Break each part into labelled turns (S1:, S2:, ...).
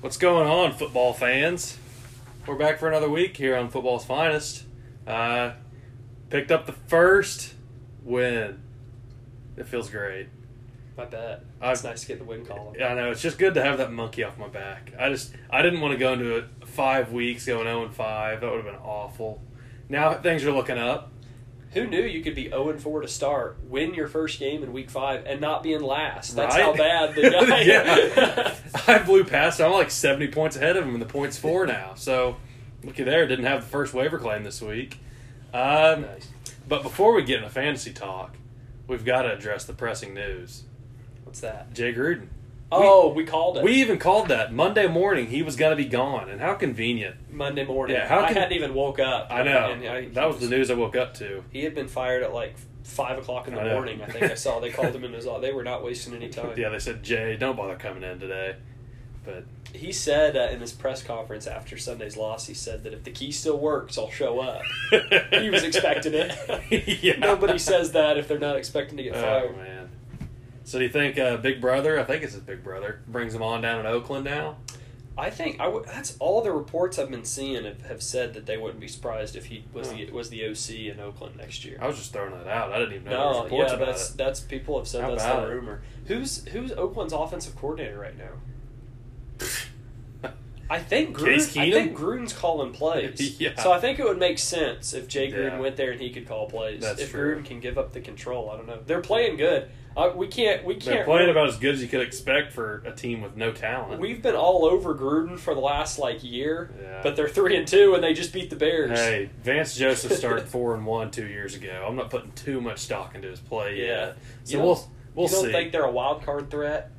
S1: What's going on, football fans? We're back for another week here on Football's Finest. Uh, picked up the first win. It feels great.
S2: I bet.
S1: I've-
S2: It's nice to get the win column.
S1: I know it's just good to have that monkey off my back. I just I didn't want to go into it five weeks going zero and five. That would have been awful. Now things are looking up.
S2: Who knew you could be 0 and 4 to start, win your first game in week 5, and not be in last? That's
S1: right?
S2: how bad the guy
S1: yeah, I blew past. I'm like seventy points ahead of him, and the points four now. So looky there. Didn't have the first waiver claim this week. Um,
S2: nice.
S1: But before we get into fantasy talk, we've got to address the pressing news.
S2: What's that?
S1: Jay Gruden.
S2: Oh, we called it.
S1: We even called that Monday morning. He was going to be gone, and how convenient.
S2: Monday morning.
S1: Yeah, how
S2: I
S1: can-
S2: hadn't even woke up.
S1: I know
S2: And I-
S1: that was the news I woke up to.
S2: He had been fired at like 5 o'clock in the
S1: I know.
S2: morning, I think I saw. They called him in his office. They were not wasting any time.
S1: Yeah, they said Jay, don't bother coming in today. But
S2: He said uh, in his press conference after Sunday's loss, he said that if the key still works, I'll show up. Uh, he was expecting it.
S1: yeah.
S2: Nobody says that if they're not expecting to get
S1: Oh
S2: fired.
S1: man. So do you think uh, Big Brother? I think it's his Big Brother brings him on down in Oakland now.
S2: I think I w- that's all the reports I've been seeing have, have said that they wouldn't be surprised if he was the was the OC in Oakland next year.
S1: I was just throwing that out. I didn't even know there was
S2: No,
S1: reports
S2: yeah,
S1: about
S2: that's
S1: it.
S2: that's people have said
S1: How
S2: that's
S1: about
S2: the
S1: it?
S2: rumor. Who's who's Oakland's offensive coordinator right now? I think Gruden,
S1: Case
S2: I think
S1: Keenum?
S2: Gruden's calling plays.
S1: Yeah.
S2: So I think it would make sense if Jay Gruden
S1: Yeah.
S2: went there and he could call plays.
S1: That's
S2: if
S1: true.
S2: Gruden can give up the control, I don't know. They're playing good. Uh, we can't we
S1: They're
S2: can't
S1: playing
S2: really-
S1: about as good as you could expect for a team with no talent.
S2: We've been all over Gruden for the last like year,
S1: Yeah.
S2: but they're three and two, and they just beat the Bears.
S1: Hey, Vance Joseph started four and one two years ago. I'm not putting too much stock into his play
S2: Yeah.
S1: yet.
S2: You
S1: So
S2: don't-
S1: we'll we'll
S2: you don't
S1: see.
S2: think they're a wild card threat?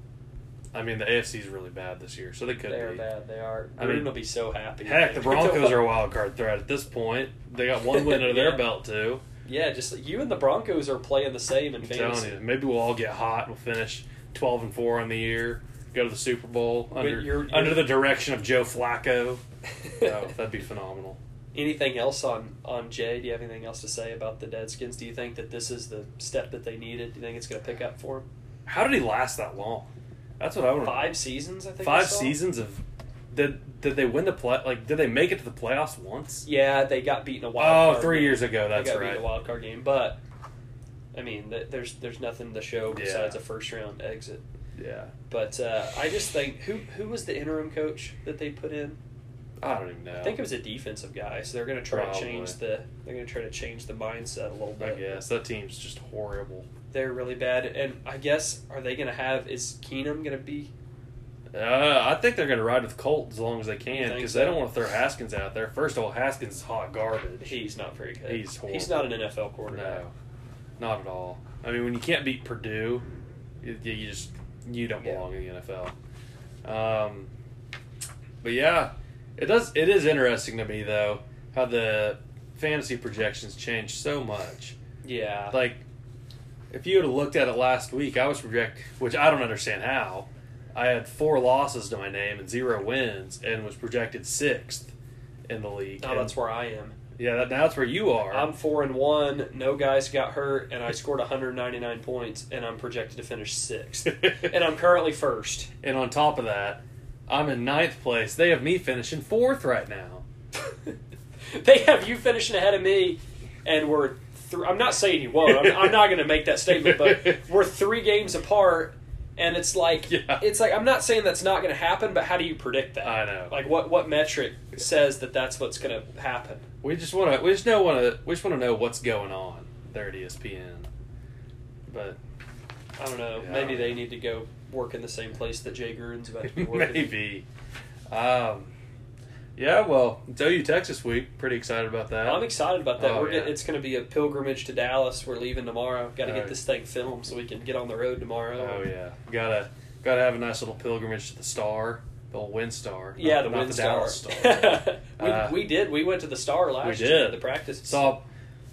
S1: I mean, the AFC is really bad this year, so they could
S2: they're
S1: be.
S2: bad. They are.
S1: I
S2: Gruden
S1: mean,
S2: will be so happy.
S1: Heck, the Broncos are a
S2: are.
S1: wild card threat at this point. They got one win under
S2: Yeah.
S1: their belt too.
S2: Yeah, just you and the Broncos are playing the same in
S1: I'm telling
S2: fantasy.
S1: you, maybe we'll all get hot. We'll finish twelve and four on the year. Go to the Super Bowl
S2: But
S1: under
S2: you're-
S1: under
S2: you're-
S1: the direction of Joe Flacco. Oh, that'd be phenomenal.
S2: Anything else on on Jay? Do you have anything else to say about the Deadskins? Do you think that this is the step that they needed? Do you think it's going to pick up for them?
S1: How did he last that long? That's what I want to know.
S2: Five seasons, I think. I
S1: Hmm. five
S2: saw?
S1: seasons of did did they win the play like did they make it to the playoffs once
S2: Yeah, they got beaten a
S1: Oh,
S2: wild.
S1: three
S2: card game.
S1: years ago that's
S2: they got beat
S1: right
S2: in a wild card game, but I mean, th- there's there's nothing to show
S1: Yeah.
S2: besides a first round exit.
S1: yeah
S2: But uh, I just think who who was the interim coach that they put in?
S1: i don't even know
S2: I think it was a defensive guy, so they're going to try to change
S1: Probably.
S2: the they're going to try to change the mindset a little
S1: i
S2: bit.
S1: guess that team's just horrible
S2: They're really bad, and I guess are they going to have is Keenum going to be?
S1: uh, i think they're going to ride with colt as long as they can
S2: think
S1: because
S2: so?
S1: they don't want to throw haskins out there first of all haskins is hot garbage
S2: He's not very good.
S1: He's horrible.
S2: He's not an NFL quarterback.
S1: no not at all i mean when you can't beat purdue you, you just you don't
S2: Yeah.
S1: belong in the nfl um, but yeah it does it is interesting to me though how the fantasy projections change so much
S2: Yeah.
S1: like if you would have looked at it last week i was project which i don't understand how i had four losses to my name and zero wins and was projected sixth in the league
S2: now
S1: And-
S2: Oh, that's where I am.
S1: yeah that, that's where you are
S2: I'm four and one. No guys got hurt, and I scored 199 points, and I'm projected to finish sixth. and I'm currently first.
S1: and on top of that i'm in ninth place they have me finishing fourth right now
S2: they have you finishing ahead of me, and we're. Th- I'm not saying you won't. I'm, I'm not going to make that statement, but we're three games apart, and it's like
S1: Yeah.
S2: it's like I'm not saying that's not going to happen, but how do you predict that?
S1: i know
S2: Like what what metric says that that's what's going to happen?
S1: we just want to we just know want to we just want to know what's going on there at E espn but
S2: I don't know.
S1: Yeah.
S2: Maybe they need to go work in the same place that Jay Gruden's about to be working.
S1: Maybe. Um, yeah, well, it's OU Texas week. Pretty excited about that.
S2: I'm excited about that.
S1: Oh,
S2: We're get-
S1: yeah.
S2: it's going to be a pilgrimage to Dallas. We're leaving tomorrow. Got to get
S1: Oh.
S2: this thing filmed so we can get on the road tomorrow.
S1: oh yeah, gotta gotta have a nice little pilgrimage to the star, the old Wind Star.
S2: Yeah,
S1: Not-
S2: the
S1: not
S2: Wind Star.
S1: Dallas star.
S2: we,
S1: Uh,
S2: we did. We went to the Star last
S1: we
S2: year
S1: did.
S2: to practice.
S1: so,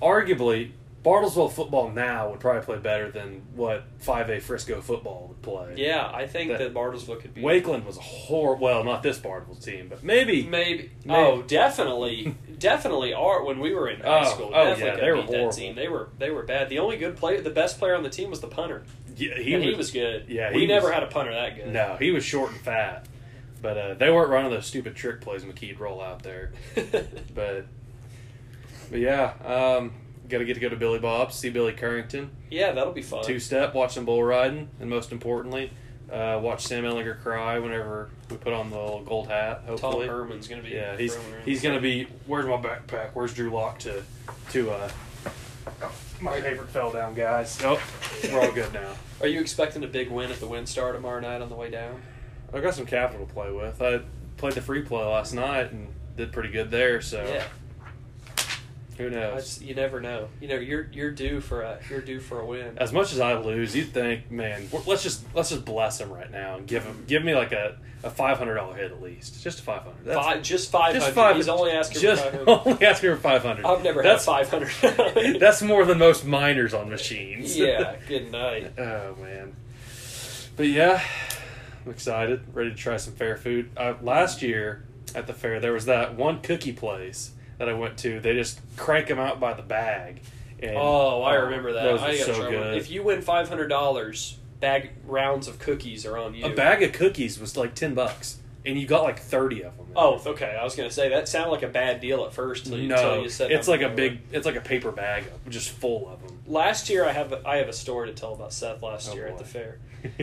S1: arguably, Bartlesville football now would probably play better than what 5A Frisco football would play.
S2: yeah, I think
S1: That-
S2: that, Bartlesville could be.
S1: Wakeland was a horrible. Well, not this Bartlesville team, but maybe.
S2: Maybe. Oh, definitely, definitely. Art when we were in
S1: Oh,
S2: high school,
S1: oh,
S2: definitely
S1: yeah,
S2: could
S1: they were
S2: beat that
S1: horrible.
S2: team. They were they were bad. The only good player, the best player on the team was the punter,
S1: Yeah,
S2: and he was good.
S1: yeah,
S2: we
S1: he
S2: never
S1: was-
S2: had a punter that good.
S1: No, he was short and fat. But uh, they weren't running those stupid trick plays McKee'd roll out there. But but yeah, um, got to get to go to Billy Bob's, see Billy Currington,
S2: yeah, that'll be fun.
S1: two step, watch some bull riding, and most importantly, uh, watch Sam Ellinger cry whenever we put on the little gold hat.
S2: Tom
S1: Hopefully,
S2: Herman's gonna be.
S1: yeah, he's
S2: roaming around.
S1: he's gonna be. Where's my backpack? Where's Drew Lock to to uh. My favorite fell down, guys. Nope, we're all good now.
S2: Are you expecting a big win at the WinStar tomorrow night on the way down?
S1: I got some capital to play with. I played the free play last night and did pretty good there. So
S2: Yeah,
S1: who
S2: I
S1: knows?
S2: just- you never know. You know, you're you're due for a you're due for a win.
S1: as much as I lose, you'd think, man, w- let's just let's just bless him right now and give him give me like a, a five hundred dollar hit at least, just a five hundred.
S2: Five, just five
S1: just
S2: hundred.
S1: five.
S2: He's only asking
S1: just
S2: for five hundred.
S1: only asking for five hundred.
S2: I've never
S1: that's,
S2: had five hundred.
S1: That's more than most miners on machines.
S2: yeah. Good night.
S1: oh man. But yeah, I'm excited, ready to try some fair food. Uh, last year at the fair, there was that one cookie place that I went to. They just crank them out by the bag. And,
S2: Oh, I remember that.
S1: Those
S2: I
S1: are
S2: got
S1: so
S2: trouble.
S1: good.
S2: If you win five hundred dollars, bag rounds of cookies are on you.
S1: A bag of cookies was like ten bucks, and you got like thirty of them.
S2: Oh, okay. I was gonna say that sounded like a bad deal at first. Till you, till
S1: no,
S2: you said
S1: it's
S2: how
S1: like a
S2: many
S1: big,
S2: were.
S1: it's like a paper bag just full of them.
S2: Last year, I have a, I have a story to tell about Seth last
S1: Oh,
S2: year at
S1: boy.
S2: the fair.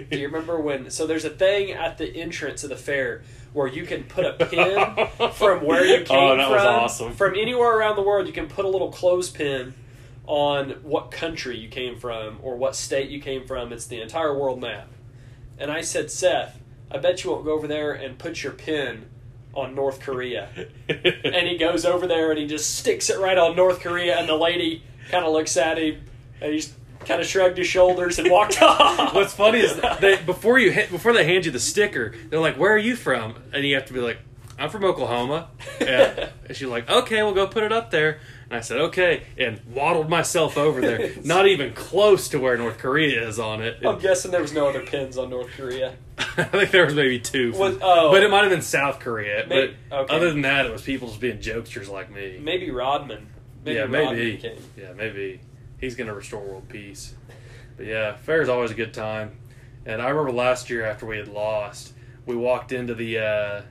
S2: Do you remember when? So there's a thing at the entrance of the fair where you can put a pin from where you came
S1: Oh, that
S2: from.
S1: was awesome.
S2: From anywhere around the world, you can put a little clothespin on what country you came from or what state you came from. It's the entire world map. And I said, Seth, I bet you won't go over there and put your pin on North Korea. And he goes over there and he just sticks it right on North Korea, and the lady kind of looks at him and he's kind of shrugged his shoulders and walked off.
S1: What's funny is they before you hit, before they hand you the sticker, they're like, "Where are you from?" And you have to be like, "I'm from Oklahoma." And, and she's like, "Okay, well, go put it up there." And I said, "Okay," and waddled myself over there, not even close to where North Korea is on it.
S2: I'm guessing there was no other pins on North Korea.
S1: I think there was maybe two, from-
S2: Was- oh.
S1: but it might have been South Korea.
S2: May-
S1: but
S2: okay.
S1: other than that, it was people just being jokesters like me.
S2: Maybe Rodman. Maybe
S1: yeah,
S2: Rodman
S1: maybe.
S2: Came.
S1: Yeah, maybe he's gonna restore world peace. But yeah, fair is always a good time. And I remember last year after we had lost, we walked into the uh,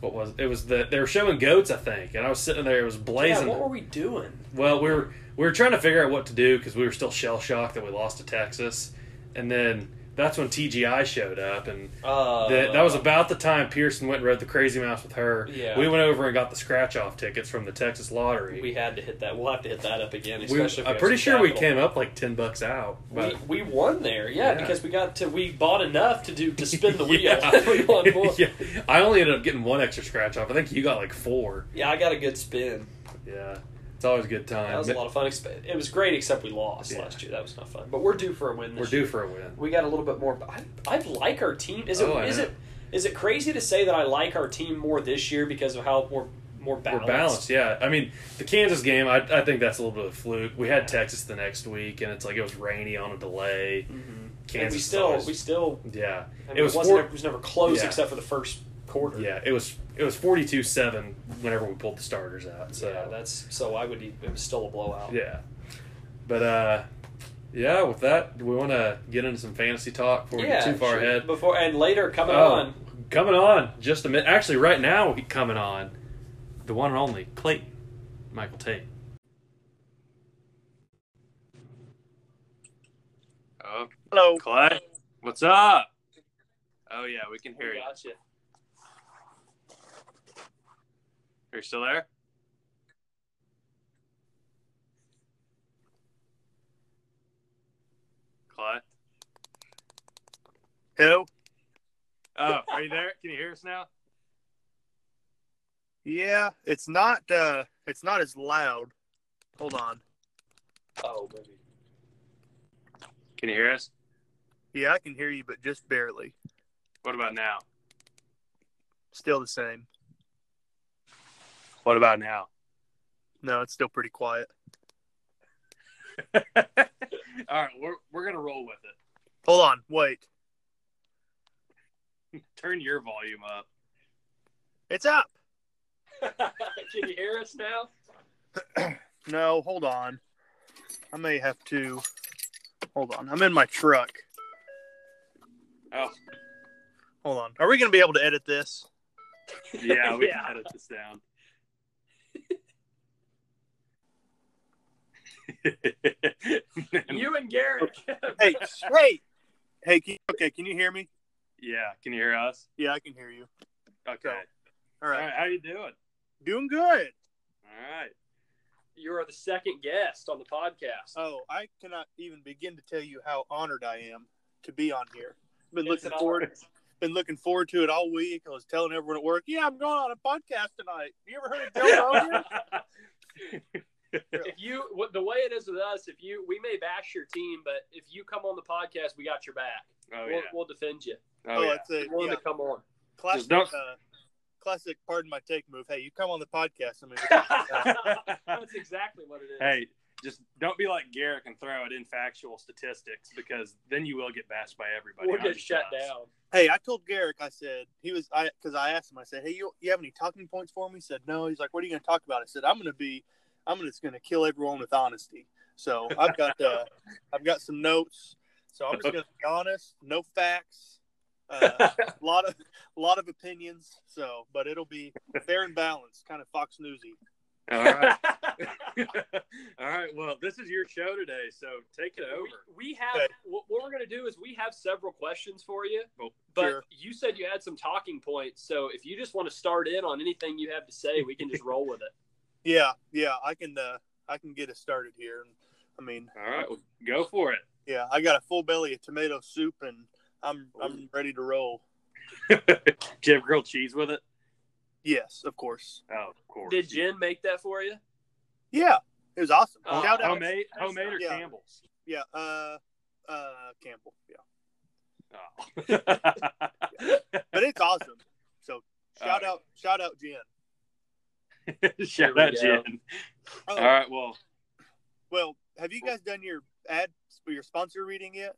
S1: what was it? it was the they were showing goats, I think, and I was sitting there. It was
S2: Yeah,
S1: blazing.
S2: what were we doing?
S1: Well, we were we were trying to figure out what to do because we were still shell shocked that we lost to Texas, and then that's when TGI showed up, and
S2: Uh,
S1: that, that was about the time Pearson went and rode the Crazy Mouse with her.
S2: Yeah.
S1: We went over and got the scratch off tickets from the Texas lottery.
S2: We had to hit that. We'll have to hit that up again.
S1: We-
S2: Especially if
S1: I'm
S2: have
S1: pretty
S2: some
S1: sure we
S2: capital.
S1: came up like ten bucks out. But
S2: We, we won there,
S1: Yeah.
S2: yeah, because we got to we bought enough to do to spin the wheel.
S1: Yeah.
S2: we won more. Yeah.
S1: Yeah. I only ended up getting one extra scratch off. I think you got like four.
S2: I got a good spin.
S1: Yeah. It's always a good time.
S2: That was a lot of fun. Expe- It was great, except we lost
S1: Yeah.
S2: last year. That was not fun. But we're due for a win. This
S1: We're
S2: year.
S1: due for a win.
S2: We got a little bit more. I, I like our team. Is it
S1: Oh, I
S2: is
S1: know.
S2: it is it crazy to say that I like our team more this year because of how we're more balanced?
S1: We're balanced, yeah. I mean, the Kansas game, I, I think that's a little bit of a fluke. We had Texas the next week, and it's like it was rainy on a delay.
S2: Mm-hmm. And
S1: Kansas
S2: we
S1: is
S2: still
S1: always-
S2: we still
S1: yeah.
S2: I mean,
S1: it was
S2: wasn't
S1: four,
S2: ever- it was never close
S1: Yeah.
S2: except for the first quarter.
S1: yeah. It was it was forty two seven whenever we pulled the starters out. So
S2: yeah, that's so I would e- it was still a blowout.
S1: Yeah. But uh yeah, with that, do we want to get into some fantasy talk before we get
S2: Yeah,
S1: too far
S2: sure.
S1: ahead?
S2: Before and later coming
S1: Oh,
S2: on.
S1: Coming on, just a minute. Actually, right now, we coming on, the one and only Clayton, Michael Tate. Oh,
S3: Hello.
S1: Clay, what's up? Oh yeah, we can hear
S2: We
S1: you.
S2: got you.
S1: Are you still there? Clay.
S3: Hello.
S1: Oh, are you there? Can you hear us now?
S3: Yeah, it's not. uh It's not as loud. Hold on.
S2: Oh, baby.
S1: Can you hear us?
S3: Yeah, I can hear you, but just barely.
S1: What about now?
S3: Still the same.
S1: What about now?
S3: No, it's still pretty quiet.
S1: All right, we're we're gonna roll with it.
S3: Hold on. Wait.
S1: Turn your volume up.
S3: It's up.
S2: Can you hear us now?
S3: No, hold on. I may have to. Hold on. I'm in my truck.
S1: Oh.
S3: Hold on. Are we gonna be able to edit this?
S1: Yeah, we
S2: Yeah.
S1: can edit this down. Man,
S2: You and Garrett.
S3: Hey, hey, hey. Can, okay, can you hear me?
S1: yeah, can you hear us?
S3: Yeah, I can hear you.
S1: Okay.
S3: All
S1: All
S3: right,
S1: right, how you doing? All
S3: doing good.
S1: right.
S2: you are the second guest on the podcast.
S3: Oh, I cannot even begin to tell you how honored I am to be on here. Been
S2: It's
S3: looking
S2: an
S3: forward,
S2: honor.
S3: been looking forward to it all week. I was telling everyone at work, yeah, I'm going on a podcast tonight. You ever heard of Joe Rogan?
S2: if you what the way it is with us, if you we may bash your team, but if you come on the podcast, we got your back.
S1: Oh
S2: we'll,
S1: yeah.
S2: we'll defend you.
S1: Oh yeah.
S3: it's a
S2: We're willing
S3: yeah,
S2: to come on.
S3: classic,
S1: Just don't-
S3: uh, classic. Pardon my take move. Hey, you come on the podcast. I mean,
S2: That's exactly what it is.
S1: Hey, just don't be like Garrick and throw it in factual statistics because then you will get bashed by everybody.
S2: we'll
S1: not
S2: get
S1: just
S2: shut
S1: us.
S2: down.
S3: hey, I told Garrick. I said he was. I because I asked him. I said, hey, you you have any talking points for me? He said no. He's like, what are you going to talk about? I said, I'm going to be. I'm just going to kill everyone with honesty. So I've got uh, I've got some notes. So I'm just going to be honest. No facts. Uh, a lot of a lot of opinions. So, but it'll be fair and balanced, kind of Fox Newsy.
S1: All right. All right. Well, this is your show today, so take it over.
S2: We, we have
S3: Okay.
S2: what, what we're gonna do is we have several questions for you,
S1: Oh,
S2: but
S3: sure.
S2: you said you had some talking points. So if you just want to start in on anything you have to say, we can just roll with it.
S3: Yeah, yeah. I can uh, I can get us started here. And I mean,
S1: All right. Well, go for
S3: yeah, I got a full belly of tomato soup, and I'm I'm ready to roll.
S1: it. Did you have grilled cheese with it?
S3: Yes, of course.
S1: Oh, of course.
S2: Did Jen make that for you?
S3: Yeah, it was awesome.
S2: Oh,
S3: Shout out.
S1: Uh, homemade, homemade or
S3: Yeah.
S1: Campbell's?
S3: Yeah, uh, uh, Campbell. Yeah,
S1: Oh.
S3: but it's awesome. So shout
S1: Alright.
S3: out, shout out, Jen.
S1: Shout
S2: we
S1: out,
S2: go.
S1: Jen.
S3: Oh,
S1: All right. Well,
S3: well, have you guys done your ad for your sponsor reading yet?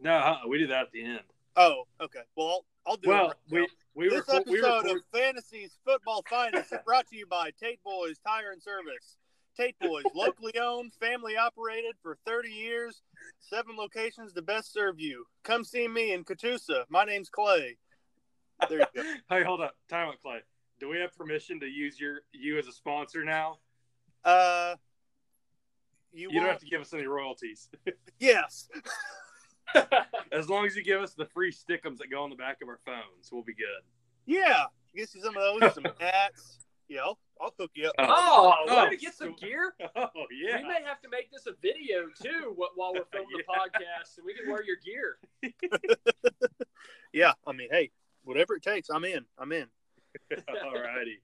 S1: no, uh-uh, we do that at the end.
S3: Oh, okay. Well, I'll, I'll do it.
S1: Well,
S3: right now.
S1: we we
S3: this
S1: record. We
S3: episode
S1: record
S3: of Fantasies Football Finest is brought to you by Tate Boys Tire and Service. Tate Boys, locally owned, family operated for 30 years, seven locations to best serve you. Come see me in Catoosa. My name's Clay. There you go.
S1: hey, hold up. Time out, Clay. Do we have permission to use your you as a sponsor now?
S3: Uh, you,
S1: You, don't
S3: won't-
S1: have to give us any royalties.
S3: Yes.
S1: As long as you give us the free stickums that go on the back of our phones, we'll be good.
S3: Yeah. You get you some of those, some hats. Yeah, I'll, I'll hook you up.
S2: Oh, we're
S1: oh,
S2: gonna get some gear.
S1: Oh yeah.
S2: We may have to make this a video too wh- while we're filming the podcast, and we can wear your gear.
S3: Yeah, I mean, hey, whatever it takes, I'm in. I'm in.
S1: All righty.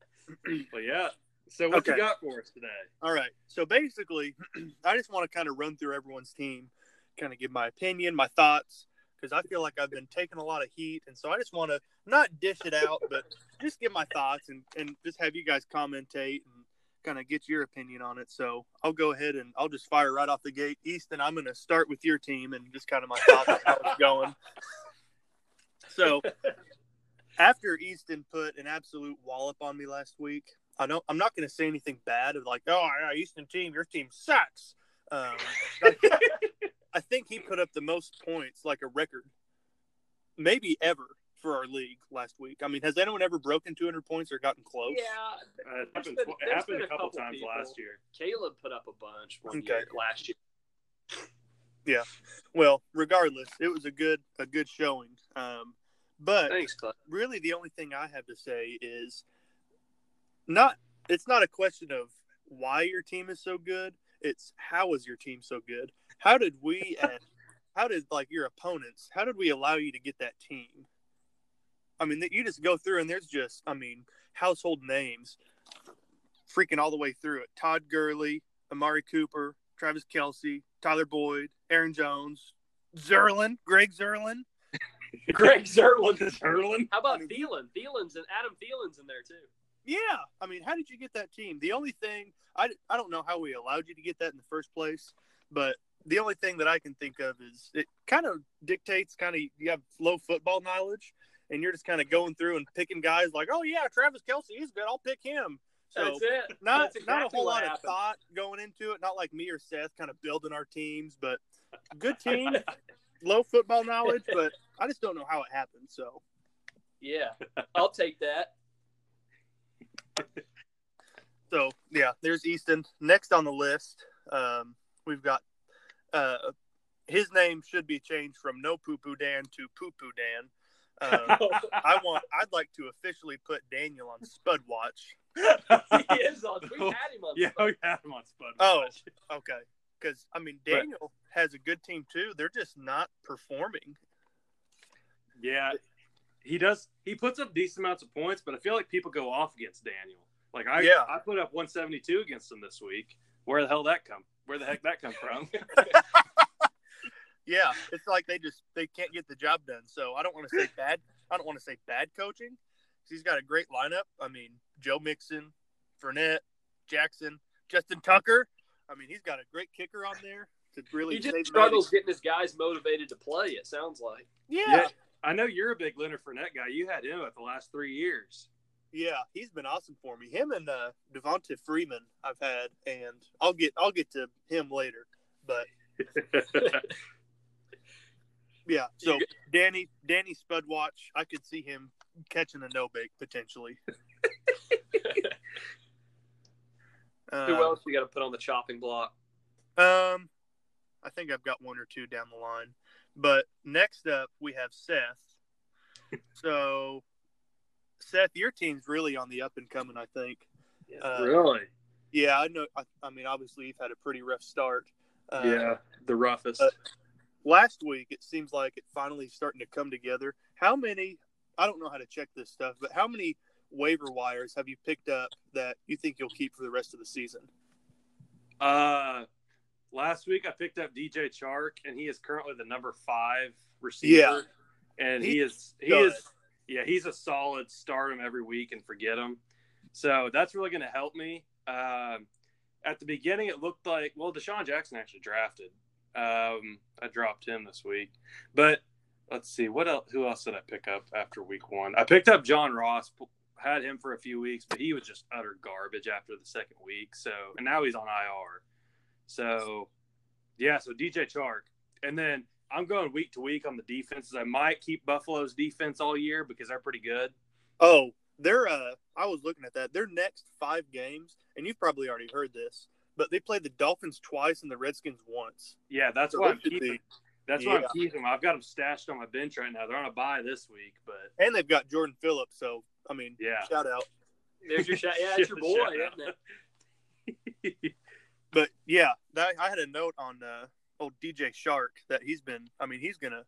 S1: Well, yeah. So what you
S3: Okay.
S1: got for us today?
S3: All right. So basically, I just want to kind of run through everyone's team, kind of give my opinion, my thoughts, because I feel like I've been taking a lot of heat. And so I just want to not dish it out, but just give my thoughts and, and just have you guys commentate and kind of get your opinion on it. So I'll go ahead and I'll just fire right off the gate. Easton, I'm going to start with your team and just kind of my thoughts on how it's going. So after Easton put an absolute wallop on me last week, I don't. I'm not going to say anything bad of like, oh, yeah, Easton team, your team sucks. Um, I think he put up the most points, like a record, maybe ever for our league last week. I mean, has anyone ever broken 200 points or gotten close?
S2: Yeah,
S1: Uh, it happened,
S2: been-
S1: it
S2: there's
S1: happened
S2: been
S1: a
S2: a
S1: couple
S2: couple
S1: times
S2: people.
S1: last year.
S2: Caleb put up a bunch one
S3: Okay.
S2: year last year.
S3: Well, regardless, it was a good a good showing. Um, but
S2: Thanks, Clay.
S3: really the only thing I have to say is not it's not a question of why your team is so good, it's how is your team so good? How did we and how did like your opponents, how did we allow you to get that team? I mean, that you just go through and there's just, I mean, household names freaking all the way through it. Todd Gurley, Amari Cooper, Travis Kelsey, Tyler Boyd, Aaron Jones, Zerlin, Greg Zerlin.
S2: Greg Zerlin.
S1: Erlin?
S2: How about Thielen? Thielen's and Adam Thielen's in there too.
S3: Yeah, I mean, how did you get that team? The only thing I, I don't know how we allowed you to get that in the first place, but the only thing that I can think of is it kind of dictates kind of you have low football knowledge, and you're just kind of going through and picking guys like, oh yeah, Travis Kelsey, he's good, I'll pick him. So
S2: That's it.
S3: not
S2: That's
S3: not a
S2: exactly
S3: whole
S2: what
S3: lot of
S2: happened.
S3: thought going into it. Not like me or Seth kind of building our teams, but good team, low football knowledge, but I just don't know how it happened. So
S2: Yeah, I'll take that.
S3: So yeah, there's Easton. Next on the list, um, we've got uh, his name should be changed from No Poo Poo Dan to Poo Poo Dan. Um, I want. I'd like to officially put Daniel on Spud Watch.
S2: he is on. We had him on.
S1: yeah, we had him on Spud.
S3: Oh.
S1: Watch.
S3: Okay, because I mean Daniel has a good team too. They're just not performing.
S1: Yeah, he does. He puts up decent amounts of points, but I feel like people go off against Daniel. Like I,
S3: Yeah.
S1: I put up 172 against him this week. Where the hell that come? Where the heck that come from?
S3: Yeah, it's like they just they can't get the job done. So I don't want to say bad. I don't want to say bad coaching. 'cause He's got a great lineup. I mean, Joe Mixon, Fournette, Jackson, Justin Tucker. I mean, he's got a great kicker on there to really.
S2: He just
S3: save
S2: struggles getting his guys motivated to play. It sounds like.
S3: Yeah. yeah,
S1: Yeah. I know you're a big Leonard Fournette guy. You had him at the last three years.
S3: He's been awesome for me. Him and uh, Devonta Freeman, I've had, and I'll get I'll get to him later. But yeah, so Danny Danny Spudwatch, I could see him catching a no bake potentially.
S2: Who
S3: Uh,
S2: else we got to put on the chopping block?
S3: Um, I think I've got one or two down the line. But next up, we have Seth. So, Seth, your team's really on the up and coming, I think. Uh,
S1: really?
S3: Yeah, I know. I, I mean, obviously, you've had a pretty rough start. Uh,
S1: yeah, the roughest.
S3: uh, Last week, it seems like it finally starting to come together. How many? I don't know how to check this stuff, but how many waiver wires have you picked up that you think you'll keep for the rest of the season?
S1: Uh, last week I picked up DJ Chark, and he is currently the number five
S3: Yeah.
S1: receiver. and he,
S3: He's
S1: is he
S3: good.
S1: is yeah he's a solid start him every week and forget him. So that's really going to help me. Um, at the beginning, it looked like well Deshaun Jackson actually drafted. Um, I dropped him this week, but let's see what else. Who else did I pick up after week one? I picked up John Ross. p- Had him for a few weeks, but he was just utter garbage after the second week. So, and now he's on IR. So, yeah, so DJ Chark. And then I'm going week to week on the defenses. I might keep Buffalo's defense all year because they're pretty good.
S3: Oh, they're uh I was looking at that. Their next five games, and you've probably already heard this, but they played the Dolphins twice and the Redskins once.
S1: Yeah, that's
S3: So
S1: why
S3: they
S1: I'm
S3: should
S1: keeping.
S3: be,
S1: That's why I'm
S3: Yeah.
S1: keeping them. I've got them stashed on my bench right now. They're on a buy this week, but
S3: and they've got Jordan Phillips, so I mean
S1: yeah,
S3: shout out.
S2: There's your shot. Yeah, it's your boy,
S1: Shout
S2: isn't it?
S3: But yeah, that, I had a note on uh old DJ Shark that he's been I mean, he's gonna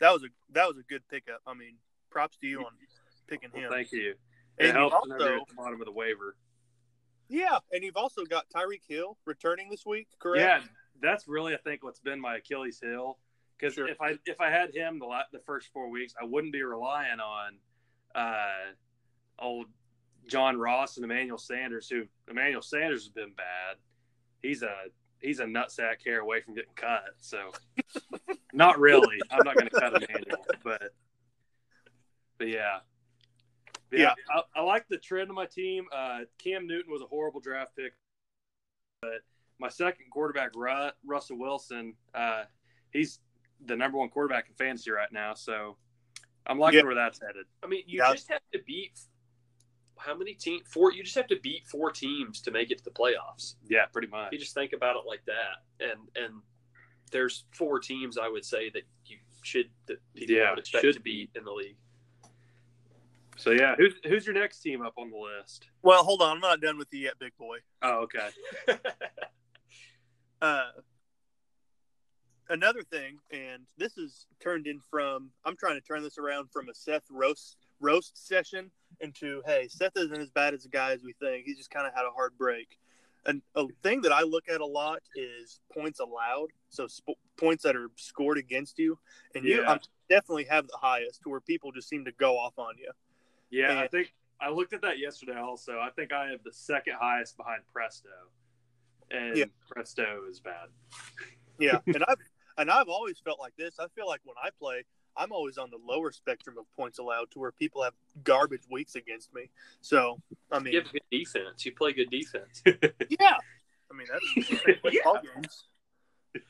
S3: that was a that was a good pickup. I mean, props to you on picking
S1: well,
S3: him.
S1: thank you. It
S3: and you've
S1: helps whenever you're
S3: also
S1: at the bottom of the waiver.
S3: Yeah, and you've also got Tyreek Hill returning this week, correct?
S1: Yeah, that's really I think what's been my Achilles heel. Because
S3: Sure.
S1: if I if I had him the la- the first four weeks, I wouldn't be relying on uh, old John Ross and Emmanuel Sanders. Who Emmanuel Sanders has been bad. He's a he's a nutsack hair away from getting cut. So not really. I'm not going to cut Emmanuel, but but yeah. But Yeah, I, I like the trend of my team. Uh, Cam Newton was a horrible draft pick my second quarterback, Ru- Russell Wilson, uh, he's the number one quarterback in fantasy right now. So I'm liking
S3: Yeah.
S1: where that's headed.
S2: I mean, you
S3: Yeah.
S2: just have to beat how many teams? Four. You just have to beat four teams to make it to the playoffs.
S1: Yeah, pretty
S2: If
S1: much.
S2: you just think about it like that, and and there's four teams I would say that you should that people
S1: Yeah,
S2: would expect
S1: should
S2: to beat in the league.
S1: So yeah, who's who's your next team up on the list?
S3: Well, hold on, I'm not done with you yet, big boy.
S1: Oh, okay.
S3: uh, another thing, and this is turned in from I'm trying to turn this around from a Seth roast roast session into hey Seth isn't as bad as a guy as we think. He's just kind of had a hard break. And a thing that I look at a lot is points allowed, so sp- points that are scored against you, and you
S1: Yeah.
S3: um, definitely have the highest, to where people just seem to go off on you.
S1: Yeah, I
S3: Yeah.
S1: think I looked at that yesterday. Also, I think I have the second highest behind Presto, and
S3: Yeah.
S1: Presto is bad.
S3: Yeah, and I've and I've always felt like this. I feel like when I play, I'm always on the lower spectrum of points allowed, to where people have garbage weeks against me. So I mean,
S2: You have good defense. You play good defense.
S3: yeah, I mean that's the same with all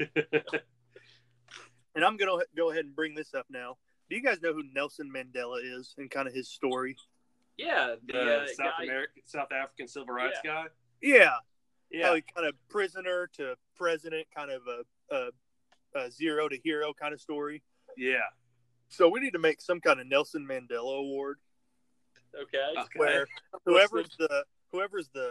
S3: games. And I'm gonna go ahead and bring this up now. Do you guys know who Nelson Mandela is and kind of his story?
S2: Yeah, the,
S1: The
S2: uh,
S1: South
S2: guy-
S1: American, South African civil rights guy.
S3: Yeah,
S1: Yeah,
S3: how he kind of prisoner to president, kind of a, a, a zero to hero kind of story.
S1: yeah.
S3: So we need to make some kind of Nelson Mandela award
S2: Okay.
S1: Okay.
S3: where whoever's the whoever's the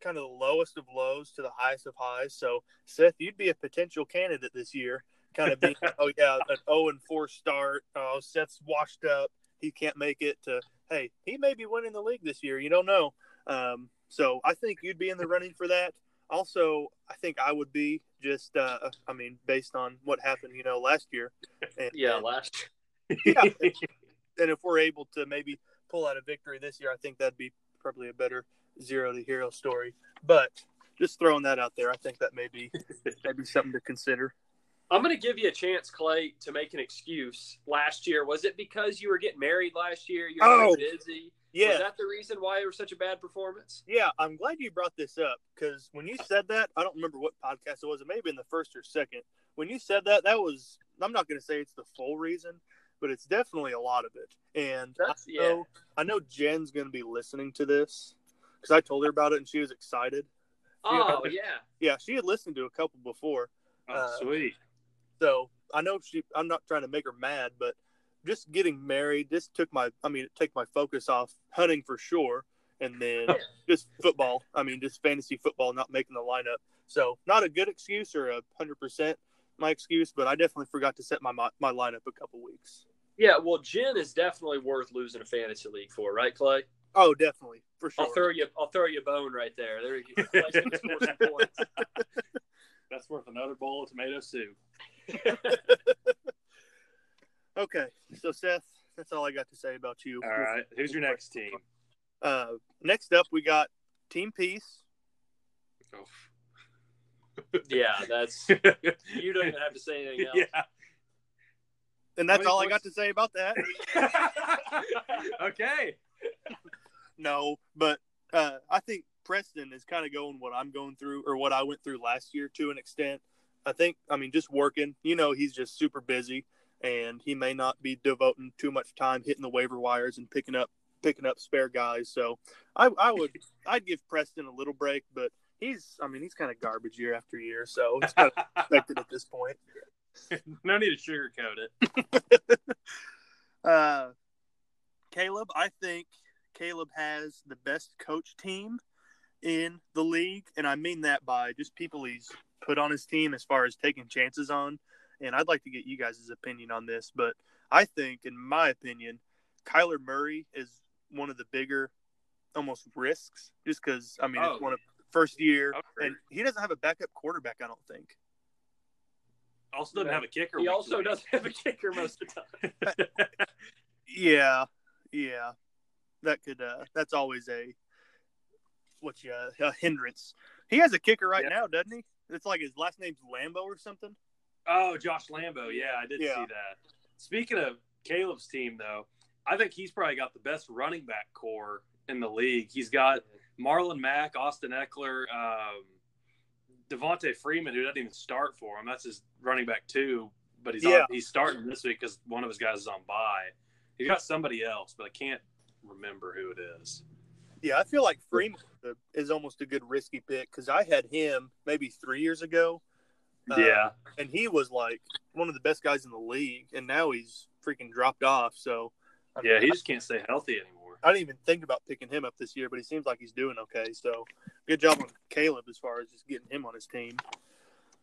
S3: kind of the lowest of lows to the highest of highs. So Seth, you'd be a potential candidate this year. Kind of being oh yeah, an zero and four start. Oh, Seth's washed up. He can't make it. To hey, he may be winning the league this year. You don't know. Um, so I think you'd be in the running for that. Also, I think I would be just. Uh, I mean, based on what happened, you know, last year. And,
S2: Yeah, last year.
S3: yeah. and if we're able to maybe pull out a victory this year, I think that'd be probably a better zero to hero story. But just throwing that out there, I think that may be maybe something to consider.
S2: I'm going to give you a chance, Clay, to make an excuse. Last year, was it because you were getting married last year? You were
S3: Oh.
S2: super busy.
S3: Yeah,
S2: Was that the reason why it was such a bad performance?
S3: yeah. I'm glad you brought this up because when you said that, I don't remember what podcast it was. It may have been the first or second. When you said that, that was. I'm not going to say it's the full reason, but it's definitely a lot of it. And
S2: That's
S3: I know,
S2: yeah.
S3: I know Jen's going to be listening to this because I told her about it and she was excited.
S2: Oh yeah.
S3: Yeah, she had listened to a couple before,
S1: oh,
S3: uh,
S1: sweet.
S3: So I know she. I'm not trying to make her mad, but just getting married. This took my. I mean, it took my focus off hunting for sure, and then
S2: Yeah.
S3: just football. I mean, just fantasy football, not making the lineup. So not a good excuse or a hundred percent my excuse, but I definitely forgot to set my my, my lineup a couple weeks.
S2: Yeah. Well, Jen is definitely worth losing a fantasy league for, right, Clay?
S3: Oh, definitely for sure.
S2: I'll throw you. I'll throw you a bone right there. There you go. Clay's gonna score some points.
S1: That's worth another bowl of tomato soup.
S3: okay, so Seth, that's all I got to say about you.
S1: All right. Who's your next team?
S3: Uh, next up, we got Team Peace.
S2: Yeah, that's.
S1: yeah.
S2: You don't even have to say anything else.
S3: And
S1: How
S3: that's
S1: many
S3: all I got
S1: points-
S3: to say about that.
S1: okay.
S3: No, but uh, I think Preston is kind of going what I'm going through or what I went through last year to an extent. I think, I mean, just working, you know, he's just super busy and he may not be devoting too much time hitting the waiver wires and picking up picking up spare guys. So I, I would I'd give Preston a little break, but he's I mean he's kind of garbage year after year, so it's kind of expected at this point.
S1: no need to sugarcoat it.
S3: Uh, Caleb, I think Caleb has the best coach team in the league, and I mean that by just people he's put on his team as far as taking chances on. And I'd like to get you guys' opinion on this, but I think, in my opinion, Kyler Murray is one of the bigger almost risks just because, I mean,
S1: Oh.
S3: it's one of first year,
S1: Okay.
S3: and he doesn't have a backup quarterback, I don't think.
S1: also doesn't have a kicker.
S2: He
S1: week to
S2: also
S1: week.
S2: doesn't have a kicker most of the time.
S3: Yeah, yeah, that could. Uh, that's always a what you uh, a hindrance. He has a kicker right
S1: Yeah.
S3: now, doesn't he? It's like his last name's Lambo or something.
S1: Oh, Josh Lambo. Yeah, I did
S3: Yeah.
S1: see that. Speaking of Caleb's team, though, I think he's probably got the best running back core in the league. He's got Marlon Mack, Austin Eckler, um, Devontae Freeman, who doesn't even start for him. That's his running back two, but he's
S3: Yeah.
S1: on, he's starting this week because one of his guys is on bye. He's got somebody else, but I can't remember who it is.
S3: Yeah, I feel like Freeman is almost a good risky pick because I had him maybe three years ago, Uh,
S1: yeah,
S3: and he was like one of the best guys in the league, and now he's freaking dropped off. So, I mean,
S1: yeah, he just can't stay healthy anymore.
S3: I didn't even think about picking him up this year, but he seems like he's doing okay. So, good job on Caleb as far as just getting him on his team.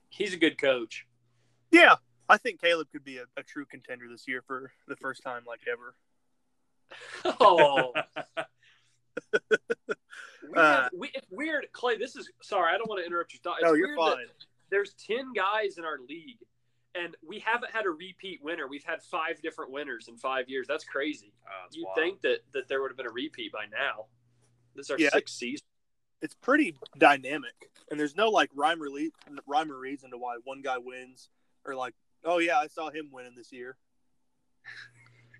S2: He's a good coach.
S3: Yeah, I think Caleb could be a, a true contender this year for the first time, like ever.
S2: Oh, we
S3: Uh,
S2: have, we, it's weird, Clay. This is sorry. I don't want to interrupt your thought. It's
S3: No, you're
S2: weird that
S3: fine.
S2: There's ten guys in our league, and we haven't had a repeat winner. We've had five different winners in five years. That's crazy.
S1: Oh, that's
S2: You'd
S1: wild.
S2: think that that there would have been a repeat by now. This is our
S3: Yeah.
S2: sixth season.
S3: It's pretty dynamic, and there's no like rhyme or, le- rhyme or reason to why one guy wins or like, oh yeah, I saw him winning this year.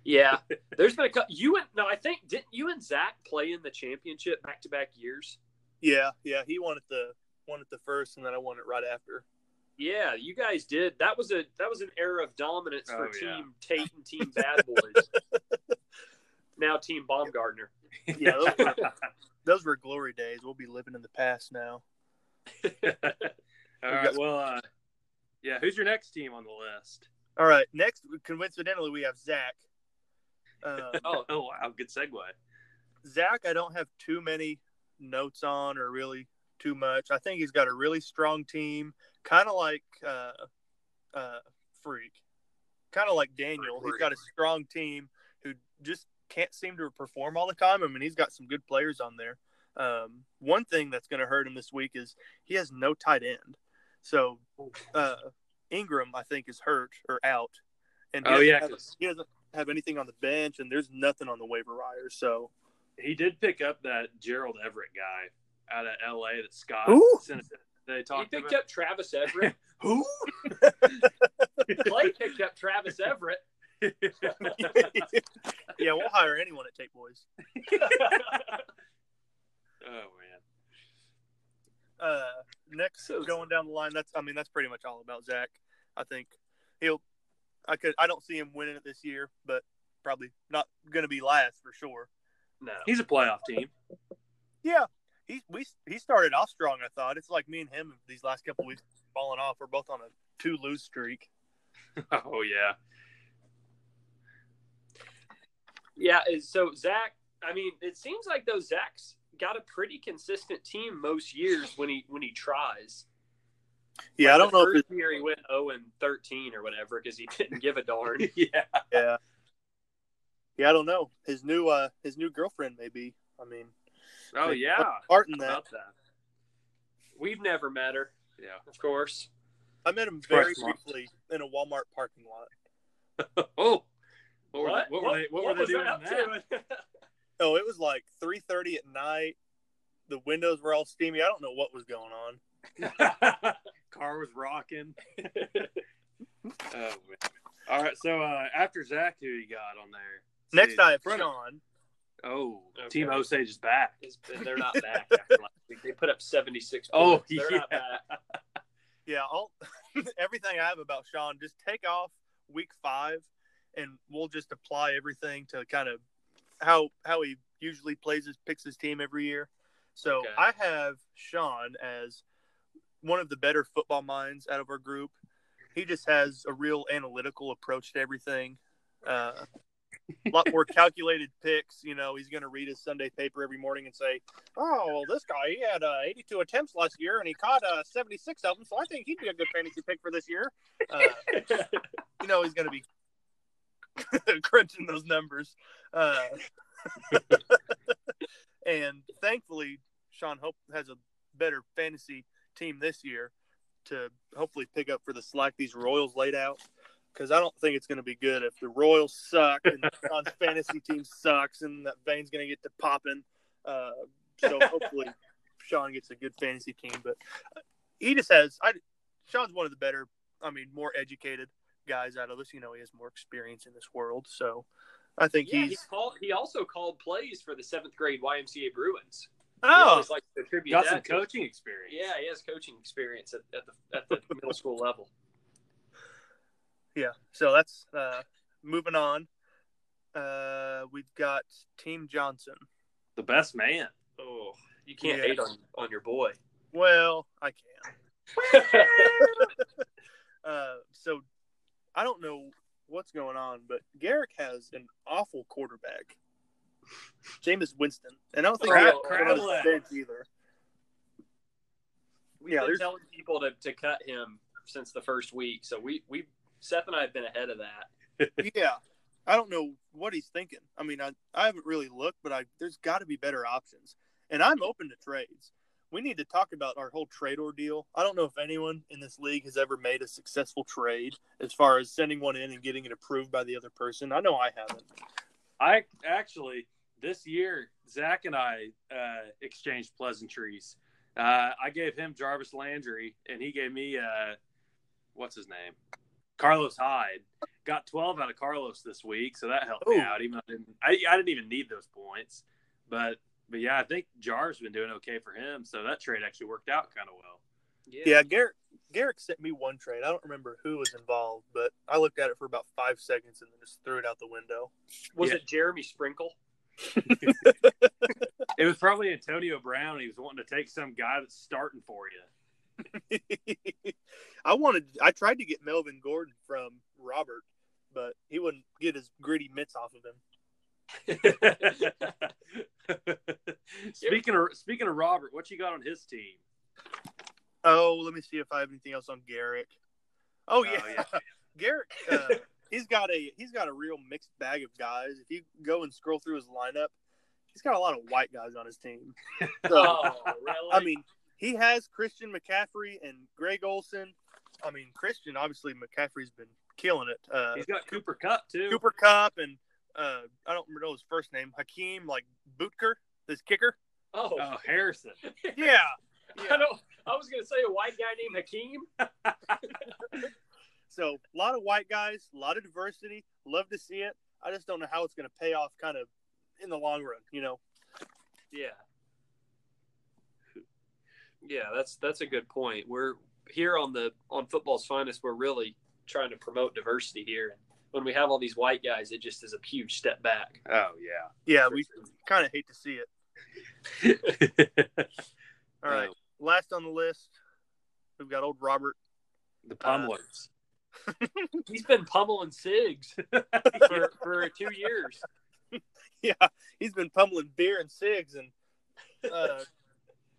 S2: Yeah, there's been a cou- you and no. I think didn't you and Zach play in the championship back to back years?
S3: Yeah, yeah, he won at the won at the first, and then I won it right after.
S2: yeah, you guys did. That was a that was an era of dominance for
S1: Oh, yeah.
S2: Team Tate and Team Bad Boys. now Team Baumgartner.
S3: Yeah, those were, those were glory days. We'll be living in the past now.
S1: All right. Well, uh, yeah. Who's your next team on the list?
S3: All right, next, coincidentally, we have Zach. Um,
S2: Oh,
S1: Oh wow, good segue.
S3: Zach, I don't have too many notes on or really too much. I think he's got a really strong team, kind of like uh, uh, Freak, kind of like Daniel. He's got a strong team who just can't seem to perform all the time. I mean, he's got some good players on there. Um, one thing that's going to hurt him this week is he has no tight end. So uh, Ingram, I think, is hurt or out. And he
S1: Oh
S3: doesn't
S1: yeah,
S3: have-
S1: 'cause
S3: he doesn't have anything on the bench, and there's nothing on the waiver wire. So
S1: he did pick up that Gerald Everett guy out of L.A. That Scott
S3: Ooh.
S1: sent. They
S2: he
S1: talked
S2: picked
S1: about.
S2: up Travis Everett.
S1: Who?
S2: Clay picked up Travis Everett.
S3: yeah, we'll hire anyone at Tape Boys.
S1: Oh man.
S3: Uh, next,
S2: So-
S3: going down the line, that's I mean that's pretty much all about Zach. I think he'll. I could. I don't see him winning it this year, but probably not going to be last for sure.
S2: no.
S1: He's a playoff team.
S3: Yeah, he we he started off strong. I thought it's like me and him these last couple weeks falling off. We're both on a two lose streak.
S1: Oh yeah.
S2: Yeah, and so Zach, I mean, it seems like though Zach's got a pretty consistent team most years when he when he tries.
S3: Yeah, I
S2: The
S3: don't know if
S2: first year he went zero and thirteen or whatever because he didn't give a darn.
S1: yeah.
S3: yeah. Yeah, I don't know. His new uh his new girlfriend maybe. I mean,
S1: Oh yeah.
S3: art in that.
S1: About that.
S2: We've never met her,
S1: Yeah.
S2: of course.
S3: I met him very
S1: Parking lot.
S3: briefly in a Walmart parking lot.
S1: Oh. What were they? What, were they? What, were
S2: was
S1: they doing?
S2: that
S1: in that?
S2: up to?
S3: Oh, it was like three thirty at night. The windows were all steamy. I don't know what was going on.
S1: Car was rocking. oh, man. All right. So uh, after Zach, who you got on there?
S3: Next,
S1: Dude,
S3: I have
S1: front of-
S3: Sean.
S1: Oh,
S2: Okay.
S1: Team Osage is back.
S2: It's- They're not back after last week. They put up seventy six.
S1: Oh,
S2: they're not
S1: yeah.
S2: back.
S3: Yeah, all everything I have about Sean. Just take off week five, and we'll just apply everything to kind of how how he usually plays his picks his team every year. So
S2: Okay.
S3: I have Sean as one of the better football minds out of our group. He just has a real analytical approach to everything. Uh, a lot more calculated picks. You know, he's going to read his Sunday paper every morning and say, "Oh, well, this guy he had uh, 82 attempts last year and he caught uh, 76 of them, so I think he'd be a good fantasy pick for this year." Uh, you know, he's going to be crunching those numbers. Uh, and thankfully, Sean Hope has a better fantasy team this year to hopefully pick up for the slack these Royals laid out. Because I don't think it's going to be good if the Royals suck and Sean's fantasy team sucks and that Vane's going to get to popping. Uh, so hopefully, Sean gets a good fantasy team. But he just has I, Sean's one of the better, I mean, more educated guys out of this. You know, he has more experience in this world. So I think
S2: Yeah,
S3: he's
S2: he, called, he also called plays for the seventh grade YMCA Bruins. He
S3: oh
S2: always likes to attribute
S1: Got
S2: that
S1: some
S2: to-
S1: coaching experience.
S2: Yeah, he has coaching experience at, at the at the middle school level.
S3: Yeah. So that's uh, moving on. Uh, we've got Team Johnson.
S1: The best man.
S2: Oh, you can't
S3: Yeah.
S2: hate on on your boy.
S3: Well, I can. Uh, so I don't know what's going on, but Garrick has an awful quarterback, Jameis Winston, and I don't think
S2: Crab-
S3: he has one on his
S1: Crableg.
S3: bench either. Yeah,
S2: They're
S3: there's
S2: telling people to, to cut him since the first week, so we we Seth and I have been ahead of that.
S3: yeah. I don't know what he's thinking. I mean, I, I haven't really looked, but I there's got to be better options. And I'm open to trades. We need to talk about our whole trade ordeal. I don't know if anyone in this league has ever made a successful trade as far as sending one in and getting it approved by the other person. I know I haven't.
S1: I actually this year Zach and I uh, exchanged pleasantries. Uh, I gave him Jarvis Landry, and he gave me uh, what's his name, Carlos Hyde. Got twelve out of Carlos this week, so that helped me
S3: Ooh.
S1: out. Even though I didn't I, I didn't even need those points, but but yeah, I think Jar's been doing okay for him, so that trade actually worked out kind of well.
S3: Yeah, Garrick Garrick sent me one trade. I don't remember who was involved, but I looked at it for about five seconds and then just threw it out the window.
S2: Was
S1: Yeah.
S2: it Jeremy Sprinkle?
S1: It was probably Antonio Brown. He was wanting to take some guy that's starting for you.
S3: I wanted I tried to get Melvin Gordon from Robert, but he wouldn't get his gritty mitts off of him.
S1: speaking of speaking of Robert, what you got on his team?
S3: Oh, let me see if I have anything else on Garrick. Oh yeah, Garrick. Uh, he's got a he's got a real mixed bag of guys. If you go and scroll through his lineup, he's got a lot of white guys on his team. So,
S2: Oh, really?
S3: I mean, he has Christian McCaffrey and Greg Olson. I mean, Christian obviously McCaffrey's been killing it. Uh,
S1: He's got Cooper Cup too.
S3: Cooper Cup and uh, I don't remember his first name. Hakeem like Bootker, this kicker.
S2: oh,
S1: Oh, Harrison.
S3: Yeah,
S2: I don't. I was gonna say a white guy named Hakeem.
S3: So a lot of white guys, a lot of diversity. Love to see it. I just don't know how it's going to pay off, kind of in the long run. You know,
S2: Yeah. Yeah, that's that's a good point. We're here on the on football's finest. We're really trying to promote diversity here. And when we have all these white guys, it just is a huge step back.
S1: Oh yeah.
S3: yeah, we kind of hate to see it. All right, last on the list, we've got old Robert.
S1: the Pumlers.
S2: He's been pummeling Sigs for, for two years.
S3: Yeah, he's been pummeling beer and cigs and, uh,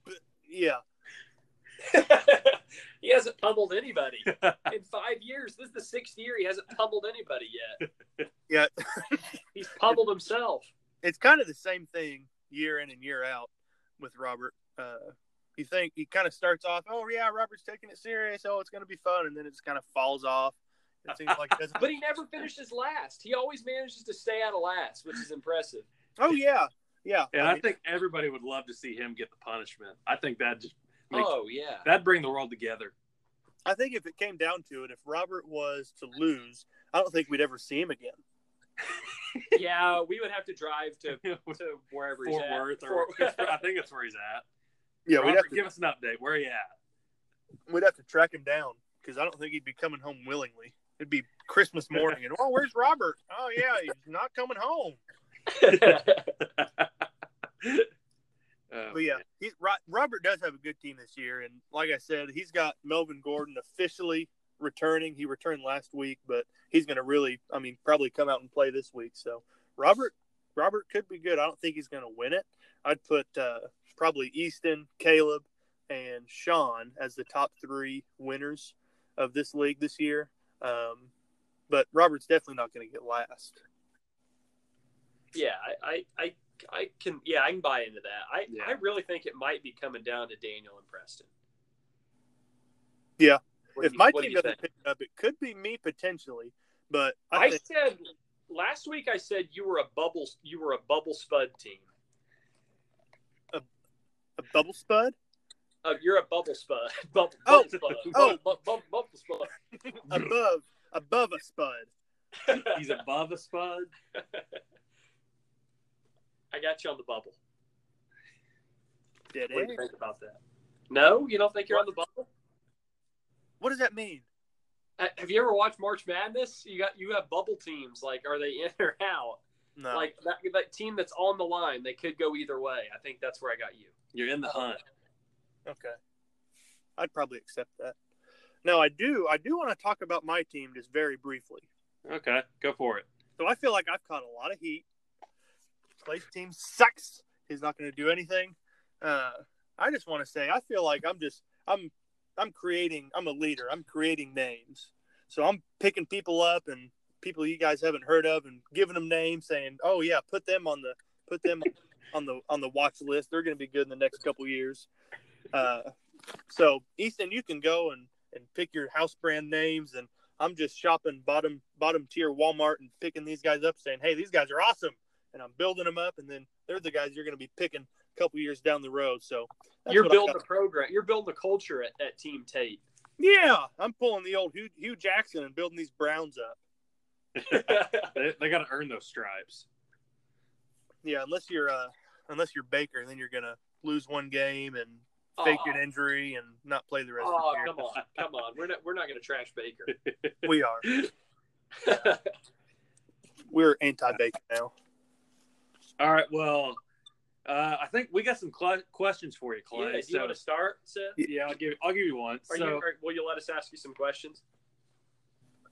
S3: but, yeah,
S2: he hasn't pummeled anybody in five years. This is the sixth year he hasn't pummeled anybody yet.
S3: yeah.
S2: He's pummeled himself.
S3: It's kind of the same thing year in and year out with Robert. Uh, you think he kind of starts off, oh yeah, Robert's taking it serious. Oh, it's going to be fun, and then it just kind of falls off. It seems like it doesn't
S2: But he never finishes last. He always manages to stay out of last, which is impressive.
S3: Oh yeah, yeah.
S1: And
S3: I
S1: I
S3: mean,
S1: think everybody would love to see him get the punishment. I think that just make,
S2: Oh yeah.
S1: that'd bring the world together.
S3: I think if it came down to it, if Robert was to lose, I don't think we'd ever see him again.
S2: yeah, we would have to drive to to wherever he's
S1: Fort
S2: at.
S1: Worth, or
S2: Fort-
S1: I think that's where he's at.
S3: Yeah,
S1: Robert,
S3: we'd have to
S1: give us an update. Where are you at?
S3: we'd have to track him down because I don't think he'd be coming home willingly. It'd be Christmas morning, and oh, where's Robert? Oh yeah, he's not coming home.
S1: Oh,
S3: But yeah, he, Ro- Robert does have a good team this year, and like I said, he's got Melvin Gordon officially returning. He returned last week, but he's going to really, I mean, probably come out and play this week. So Robert, Robert could be good. I don't think he's going to win it. I'd put uh, probably Easton, Caleb, and Sean as the top three winners of this league this year. Um, but Robert's definitely not going to get last.
S2: yeah, I, I I I can yeah, I can buy into that. I
S1: Yeah.
S2: I really think it might be coming down to Daniel and Preston.
S3: Yeah.
S2: What
S3: if
S2: do you-
S3: my
S2: what do
S3: team
S2: you
S3: doesn't
S2: think?
S3: pick it up, it could be me potentially. But I,
S2: I
S3: think,
S2: said last week I said you were a bubble you were a bubble spud team.
S3: a bubble spud.
S2: Uh, you're a bubble spud. Bubble,
S3: Oh.
S2: bubble spud.
S3: Oh.
S2: Bubble, bubble, bubble spud.
S3: above above a spud.
S1: he's above a spud.
S2: I got you on the bubble. What
S3: Dead
S2: do
S3: end.
S2: you think about that? No, you don't think you're on the bubble?
S3: What does that mean?
S2: Uh, Have you ever watched March Madness? You got you have bubble teams. Like, are they in or out?
S3: No.
S2: Like that, that team that's on the line, they could go either way. I think that's where I got you.
S1: You're in the hunt.
S3: okay. I'd probably accept that. Now I do I do want to talk about my team just very briefly.
S1: Okay, go for it.
S3: So I feel like I've caught a lot of heat. Clay's team sucks. He's not going to do anything. Uh, I just want to say I feel like I'm just I'm I'm creating I'm a leader. I'm creating names. So I'm picking people up and people you guys haven't heard of and giving them names, saying, "Oh yeah, put them on the put them on the on the watch list. They're going to be good in the next couple years." Uh, so Easton, you can go and and pick your house brand names and I'm just shopping bottom bottom tier Walmart and picking these guys up, saying, "Hey, these guys are awesome," and I'm building them up, and then they're the guys you're going to be picking a couple years down the road. So that's
S2: you're
S3: what I
S2: building
S3: got.
S2: a program. You're building a culture at, at Team Tate.
S3: yeah. I'm pulling the old Hugh, Hugh Jackson and building these Browns up.
S1: They, they got to earn those stripes.
S3: Yeah, unless you're uh, unless you're Baker, then you're going to lose one game and faked an injury and not play the rest
S2: Oh,
S3: of the year.
S2: come on, come on. We're not we're not going to trash Baker.
S3: We are. We're anti Baker now.
S1: All right. Well, uh, I think we got some cl- questions for you,
S2: yeah,
S1: Clay.
S2: do you
S1: so,
S2: want to start, Seth?
S1: yeah, I'll give I'll give you one.
S2: Are
S1: so,
S2: you? Or will you let us ask you some questions?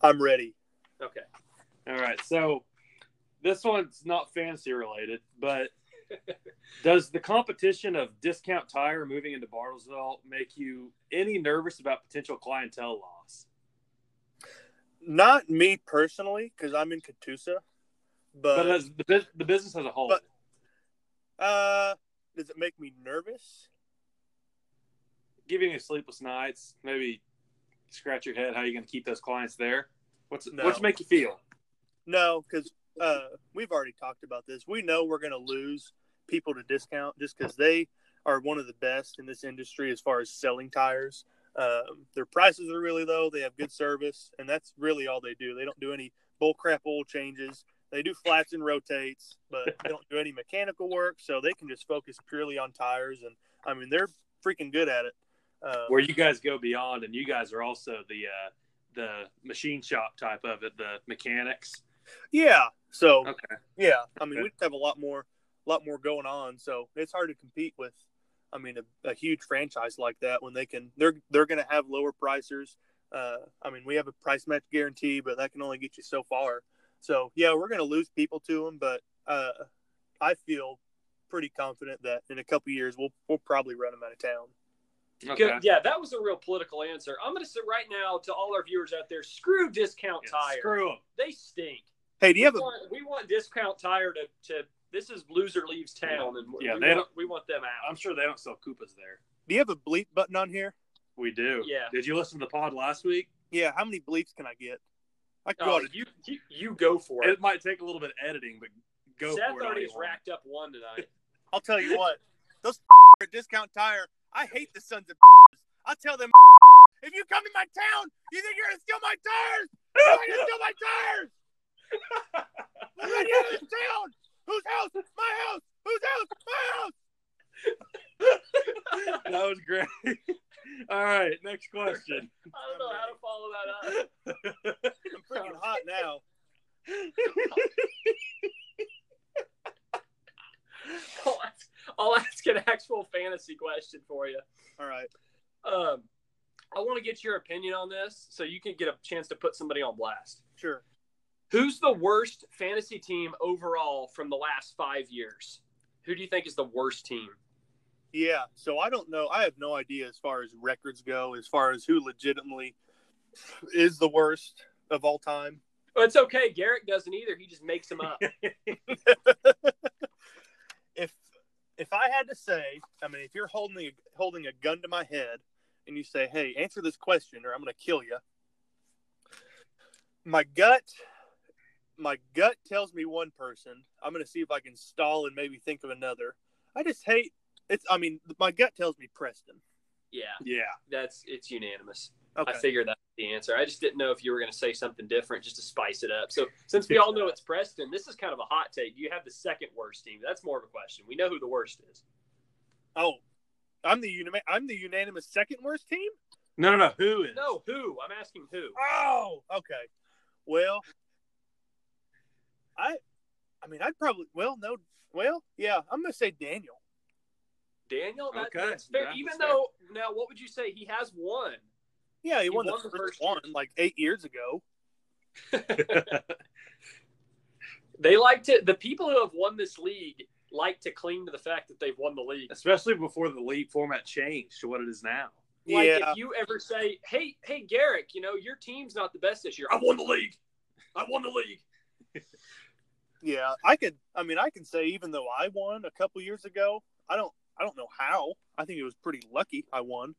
S3: I'm ready.
S2: Okay.
S1: all right. So, this one's not fancy related, but does the competition of Discount Tire moving into Bartlesville make you any nervous about potential clientele loss?
S3: Not me personally, because I'm in Catoosa,
S1: But
S3: but
S1: as the, bus- the business as a whole,
S3: Uh, but- uh, does it make me nervous?
S1: giving you sleepless nights, maybe scratch your head how you going to keep those clients there. What's
S3: No.
S1: what's make you feel?
S3: No, because uh, we've already talked about this. We know we're going to lose people to discount just because they are one of the best in this industry as far as selling tires. Um, their prices are really low. They have good service, and that's really all they do. They don't do any bull crap oil changes. They do flats and rotates, but they don't do any mechanical work, so they can just focus purely on tires. And I mean, they're freaking good at it. Um,
S1: where you guys go beyond and you guys are also the uh the machine shop type of it the mechanics
S3: Yeah. So
S1: Okay.
S3: yeah, I mean
S1: Okay.
S3: we just have a lot more, lot more going on. So it's hard to compete with, I mean, a, a huge franchise like that when they can they're they're going to have lower pricers. Uh, I mean, we have a price match guarantee, but that can only get you so far. So yeah, we're going to lose people to them, but uh, I feel pretty confident that in a couple years we'll we'll probably run them out of town.
S1: okay
S2: Good. Yeah, that was a real political answer. I'm going to say right now to all our viewers out there: screw discount
S1: Yeah,
S2: tire.
S1: screw 'em.
S2: They stink.
S3: Hey, do you have
S2: we,
S3: a
S2: want, we want discount tire to, to this is loser leaves town, and
S1: Yeah,
S2: we,
S1: they
S2: want, we want them out.
S1: i'm sure they don't sell koopas there
S3: do you have a bleep button on here?
S1: we do
S2: Yeah.
S1: did you listen to the pod last week
S3: Yeah, how many bleeps can I get? I could go
S2: Oh,
S3: out a
S2: you, you you go for it.
S1: it might take a little bit of editing but go
S2: Seth
S1: for it all
S2: already
S1: you
S2: has
S1: want.
S2: racked up one tonight.
S3: I'll tell you what, those are discount tire. I hate the sons of. I'll tell them if you come to my town, you think you're gonna steal my tires? You're gonna steal my tires. We're gonna get out of this town. Whose house? My house. Whose house? My house.
S1: that was great all right next question
S2: I don't know how to follow that up.
S3: I'm freaking hot now.
S2: I'll ask, I'll ask an actual fantasy question for you.
S3: All right.
S2: Um, I want to get your opinion on this so you can get a chance to put somebody on blast.
S3: Sure.
S2: Who's the worst fantasy team overall from the last five years? Who do you think is the worst team?
S3: Yeah. So I don't know. I have no idea as far as records go, as far as who legitimately is the worst of all time.
S2: Oh, it's okay. Garrett doesn't either. He just makes them up.
S3: if if I had to say, I mean, if you're holding a, holding a gun to my head and you say, "Hey, answer this question, or I'm going to kill you," my gut, my gut tells me one person. I'm going to see if I can stall and maybe think of another. I just hate it's. I mean, my gut tells me Preston.
S2: yeah,
S1: yeah
S2: that's it's unanimous.
S3: Okay,
S2: I figured that's the answer. I just didn't know if you were going to say something different just to spice it up. So since we all know it's Preston, this is kind of a hot take. You have the second worst team. That's more of a question. We know who the worst is.
S3: oh, I'm the unanimous. I'm the unanimous second worst team.
S1: no no no who is
S2: No, who? I'm asking who.
S3: Oh, okay. Well, I, I mean, I'd probably. Well, no. Well, yeah, I'm gonna say Daniel.
S2: Daniel. That,
S1: Okay,
S2: That's fair.
S1: that
S2: Even
S1: was fair.
S2: though now, what would you say? He has one.
S3: Yeah, he,
S2: He
S3: won,
S2: won
S3: the
S2: the
S3: first
S2: first
S3: one like eight years ago.
S2: They like to. The people who have won this league like to cling to the fact that they've won the league.
S1: especially before the league format changed to what it is now
S2: Like
S3: yeah,
S2: if you ever say, "Hey, hey, Garrick, you know your team's not the best this year. I won the league. I won the league."
S3: yeah. I could. I mean, I can say even though I won a couple years ago, I don't. I don't know how. I think it was pretty lucky I won.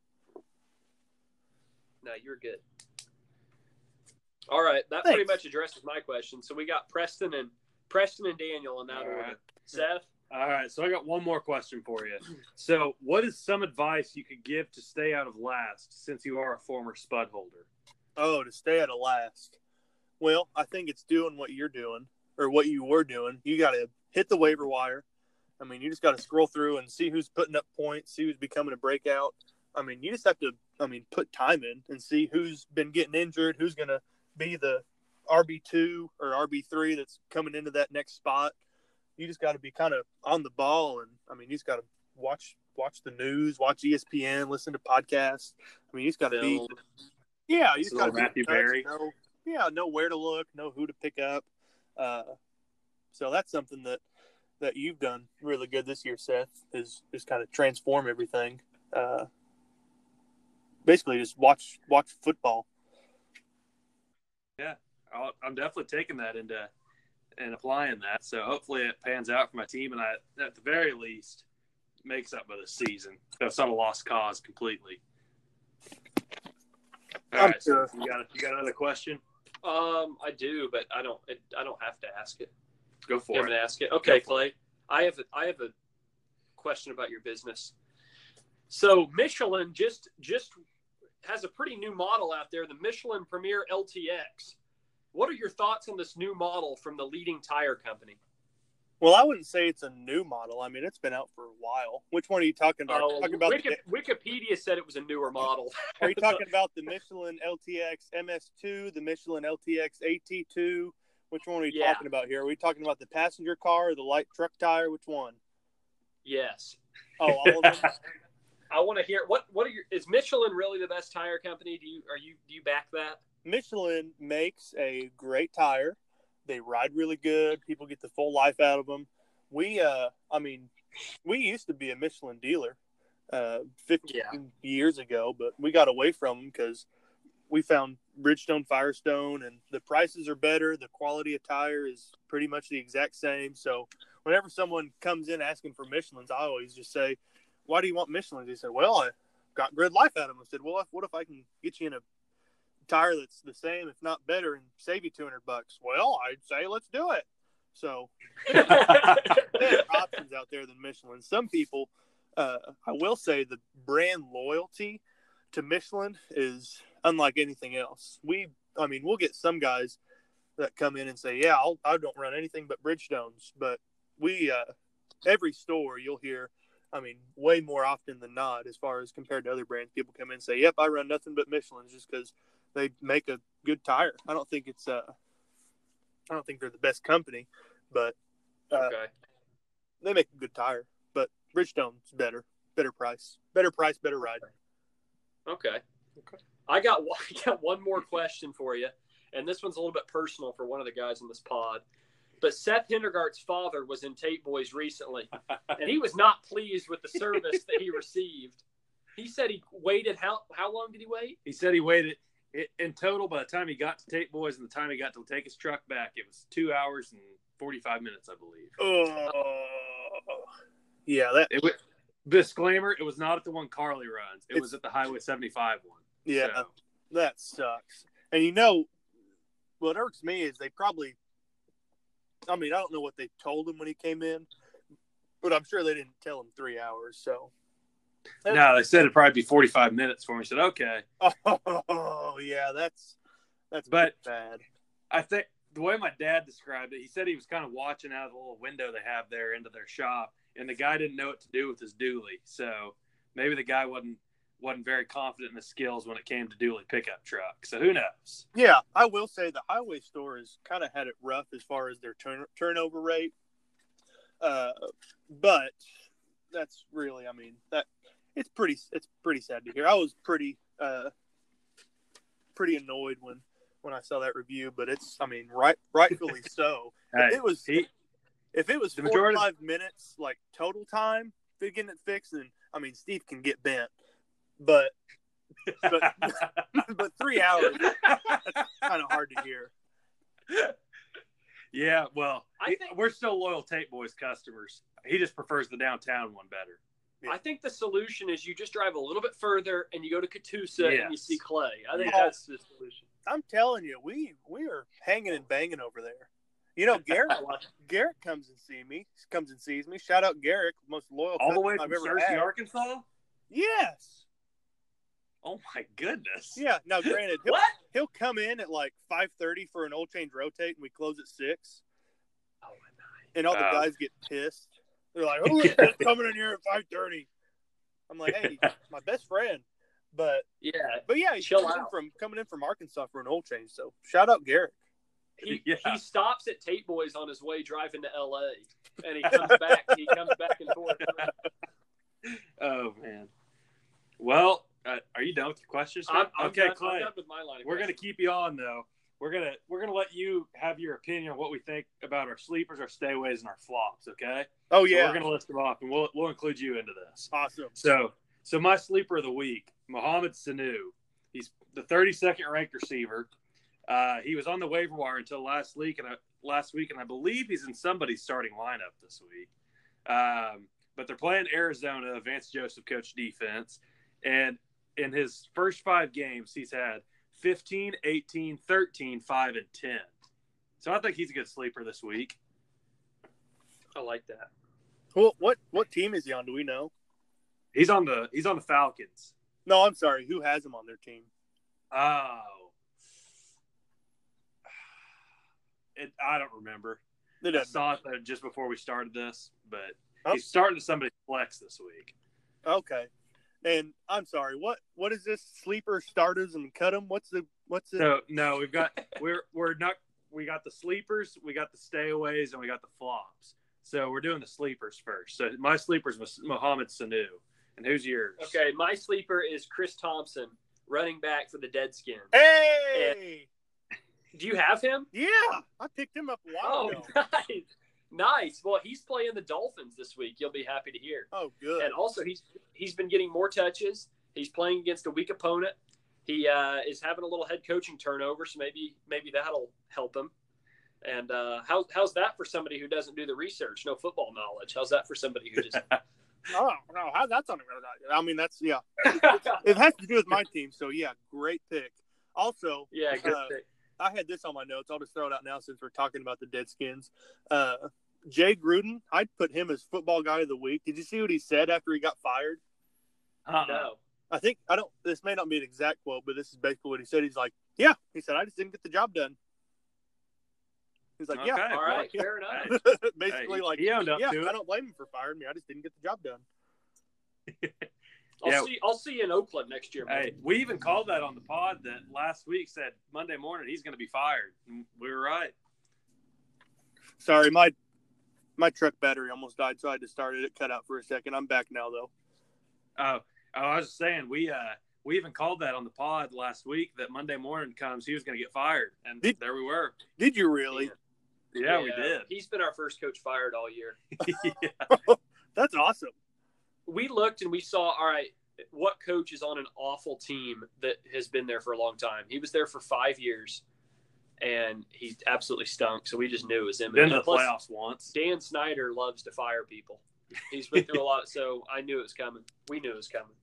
S2: No, you're good. All right, that pretty much
S3: Thanks.
S2: addresses my question. So we got Preston and Preston and Daniel in that
S1: All
S2: order.
S1: right.
S2: Seth,
S1: All right, so I got one more question for you. So, what is some advice you could give to stay out of last since you are a former spud holder?
S3: Oh, to stay out of last. Well, I think it's doing what you're doing or what you were doing. You got to hit the waiver wire I mean, you just got to scroll through and see who's putting up points, see who's becoming a breakout. I mean, you just have to, I mean, put time in and see who's been getting injured, who's going to be the RB2 or RB3 that's coming into that next spot. You just got to be kind of on the ball. And I mean, you just got to watch watch the news, watch E ESPN, listen to podcasts. I mean, you just got to be,
S2: Film.
S3: yeah, you just
S1: Little
S3: got to be
S1: Matthew
S3: in touch,
S1: Berry.
S3: know, yeah, know where to look, know who to pick up. Uh, so that's something that that you've done really good this year, Seth, is is kind of transform everything. Uh, basically, just watch watch football.
S1: I'll, I'm definitely taking that into and applying that. So hopefully it pans out for my team, and I at the very least makes up for the season. So it's not a lost cause completely. All
S3: I'm
S1: right, so
S3: sure.
S1: you got you got another question?
S2: Um, I do, but I don't. It, I don't have to ask it.
S1: Go
S2: You
S1: for
S2: haven't
S1: it.
S2: asked it. Okay,
S1: for it.
S2: Clay. I have. A, I have a question about your business. So Michelin just just has a pretty new model out there, the Michelin Premier LTX. What are your thoughts on this new model from the leading tire company?
S3: Well, I wouldn't say it's a new model. I mean, it's been out for a while. Which one are you talking about?
S2: Oh,
S3: Are you talking about
S2: Wiki-
S3: the,
S2: Wikipedia said it was a newer model.
S3: are you talking about the Michelin LTX MS2, the Michelin LTX AT2? Which one are we
S2: Yeah.
S3: talking about here? Are we talking about the passenger car or the light truck tire? Which one?
S2: yes.
S3: Oh, all of them.
S2: I want to hear what what are your is Michelin really the best tire company? Do you are you do you back that?
S3: Michelin makes a great tire. They ride really good. People get the full life out of them. We, uh, I mean, we used to be a Michelin dealer uh, 15
S2: Yeah.
S3: years ago, but we got away from them because we found Bridgestone Firestone and the prices are better. The quality of tire is pretty much the exact same. So whenever someone comes in asking for Michelins, I always just say, why do you want Michelins? They said, well, I got good life out of them. I said, well, if- what if I can get you in a tire that's the same, if not better, and save you 200 bucks? Well, I'd say let's do it. So there are options out there than Michelin. Some people, uh, I will say, the brand loyalty to Michelin is unlike anything else. We, I mean, we'll get some guys that come in and say, "Yeah, I'll, I don't run anything but Bridgestones," but we, uh, every store you'll hear. I mean, way more often than not, as far as compared to other brands, people come in and say, "Yep, I run nothing but Michelin's," just because they make a good tire. I don't think it's, uh, I don't think they're the best company, but Uh,
S2: okay.
S3: they make a good tire, but Bridgestone's better, better price, better price, better ride.
S2: Okay.
S1: Okay.
S2: I got one- I got one more question for you, and this one's a little bit personal for one of the guys in this pod. But Seth Hindergart's father was in Tate Boys recently, and he was not pleased with the service that he received. He said he waited how how long did he wait?
S1: He said he waited it, in total by the time he got to Tate Boys and the time he got to take his truck back, it was two hours and forty five minutes, I believe.
S3: Oh, yeah, that
S1: It was, disclaimer: it was not at the one Carly runs. It
S3: It's-
S1: was at the Highway seventy five one.
S3: yeah,
S1: So,
S3: that sucks. And you know, what irks me is they probably, I mean, I don't know what they told him when he came in, but I'm sure they didn't tell him three hours. So,
S1: no, they said it'd probably be forty five minutes for me. Said okay.
S3: oh yeah, that's that's
S1: But-
S3: bad.
S1: I think the way my dad described it, he said he was kind of watching out of the little window they have there into their shop, and the guy didn't know what to do with his dually. So maybe the guy wasn't wasn't very confident in his skills when it came to dually pickup truck. So who knows?
S3: Yeah, I will say the highway store has kind of had it rough as far as their turn- turnover rate. Uh, but that's really, I mean, that it's pretty, it's pretty sad to hear. I was pretty, uh, pretty annoyed when when I saw that review, but it's, I mean, right, rightfully so.
S1: Hey,
S3: it was
S1: he-
S3: if it was
S1: The
S3: four
S1: majority-
S3: five minutes like total time to getting it fixed, then I mean, Steve can get bent, but but but three hours kind of hard to hear.
S1: yeah, well,
S2: I
S1: he-
S2: think-
S1: we're still loyal Tate Boys customers. He just prefers the downtown one better.
S3: Yeah.
S2: I think the solution is you just drive a little bit further and you go to Catoosa and you
S1: Yes.
S2: see Clay. I think
S3: Yeah.
S2: that's the solution.
S3: I'm telling you, we we are hanging and banging over there. You know, Garrett
S2: I like it.
S3: Garrett comes and see me, comes and sees me. Shout out Garrett, most loyal
S1: All the
S3: customer
S1: way
S3: I've
S1: from
S3: ever
S1: Searcy,
S3: had.
S1: Arkansas.
S3: Yes,
S1: Oh my goodness!
S3: yeah. Now, granted, he'll,
S2: What?
S3: he'll come in at like five thirty for an oil change rotate, and we close at six,
S2: Oh, my God.
S3: and all the
S1: Wow.
S3: guys get pissed. They're like, "Who is this coming in here at five 30? I'm like, "Hey, it's my best friend." But
S2: Yeah,
S3: but yeah, he's
S2: Chill
S3: coming in
S2: out.
S3: from coming in from Arkansas for an oil change. So shout out Garrett.
S2: he
S1: Yeah.
S2: he stops at Tate Boys on his way driving to L.A. and he comes back. he comes back and forth.
S1: Oh man. Well, uh, are you done with your questions?
S2: I'm,
S1: Matt?
S2: I'm
S1: okay,
S2: done,
S1: Clay.
S2: I'm done with my line. of
S1: we're gonna
S2: questions.
S1: keep you on though. We're gonna we're gonna let you have your opinion on what we think about our sleepers, our stayaways, and our flops. Okay.
S3: Oh
S1: So
S3: yeah,
S1: we're gonna list them off, and we'll we'll include you into this.
S3: awesome.
S1: So so my sleeper of the week, Mohamed Sanu. He's the 32nd ranked receiver. Uh, he was on the waiver wire until last week, and I, last week, and I believe he's in somebody's starting lineup this week. Um, but they're playing Arizona, Vance Joseph coach defense, and in his first five games, he's had 15, 18, 13, 5, and 10. So I think he's a good sleeper this week.
S2: I like that.
S3: Well, what what team is he on? Do we know?
S1: He's on the he's on the Falcons.
S3: No, I'm sorry. Who has him on their team?
S1: Oh. It, I don't remember.
S3: It
S1: I
S3: doesn't.
S1: saw it uh, just before we started this, but
S3: Huh?
S1: he's starting to somebody flex this week.
S3: Okay. And I'm sorry. What what is this sleeper starters and cut them? What's the what's the?
S1: So no, we've got we're we're not we got the sleepers, we got the stayaways, and we got the flops. So we're doing the sleepers first. So my sleepers was Mohammed Sanu, and who's yours?
S2: Okay, my sleeper is Chris Thompson, running back for the Deadskins.
S3: Hey,
S2: Do you have him?
S3: yeah, I picked him up a while
S2: Oh,
S3: ago.
S2: nice. Nice. Well, he's playing the Dolphins this week. You'll be happy to hear.
S3: Oh, good.
S2: And also, he's he's been getting more touches. He's playing against a weak opponent. He uh, is having a little head coaching turnover, so maybe maybe that'll help him. And uh, how, how's that for somebody who doesn't do the research, no football knowledge? How's that for somebody who just?
S3: Oh no, how that's on I mean, that's yeah. It has to do with my team. So yeah, great pick. Also,
S2: yeah, good
S3: Uh,
S2: pick.
S3: I had this on my notes. I'll just throw it out now since we're talking about the Deadskins. Uh, Jay Gruden, I'd put him as football guy of the week. Did you see what he said after he got fired?
S1: Uh-uh.
S2: No,
S3: I think I don't. This may not be an exact quote, but this is basically what he said. He's like, "Yeah," he said, "I just didn't get the job done." He's like,
S1: Okay,
S3: "Yeah,"
S2: all right, fair enough.
S1: Hey,
S3: basically
S1: hey,
S3: like,
S1: he owned up
S3: "Yeah,
S1: to it.
S3: I don't blame him for firing me. I just didn't get the job done."
S2: I'll
S1: Yeah.
S2: see. I'll see you in Oakland next year. man.
S1: Hey, we even called that on the pod that last week said Monday morning he's going to be fired. And We were right.
S3: Sorry, my my truck battery almost died, so I had to start it. It cut out for a second. I'm back now though.
S1: Oh, oh, I was just saying we uh we even called that on the pod last week that Monday morning comes he was going to get fired, and
S3: Did-
S1: there we were.
S3: Did you really?
S1: Yeah, we did.
S2: He's been our first coach fired all year.
S3: That's awesome.
S2: We looked and we saw, all right, what coach is on an awful team that has been there for a long time? He was there for five years and he absolutely stunk. So we just knew it was him.
S1: Been to the
S2: Plus,
S1: playoffs once.
S2: Dan Snyder loves to fire people. He's been through a lot, so I knew it was coming. We knew it was coming.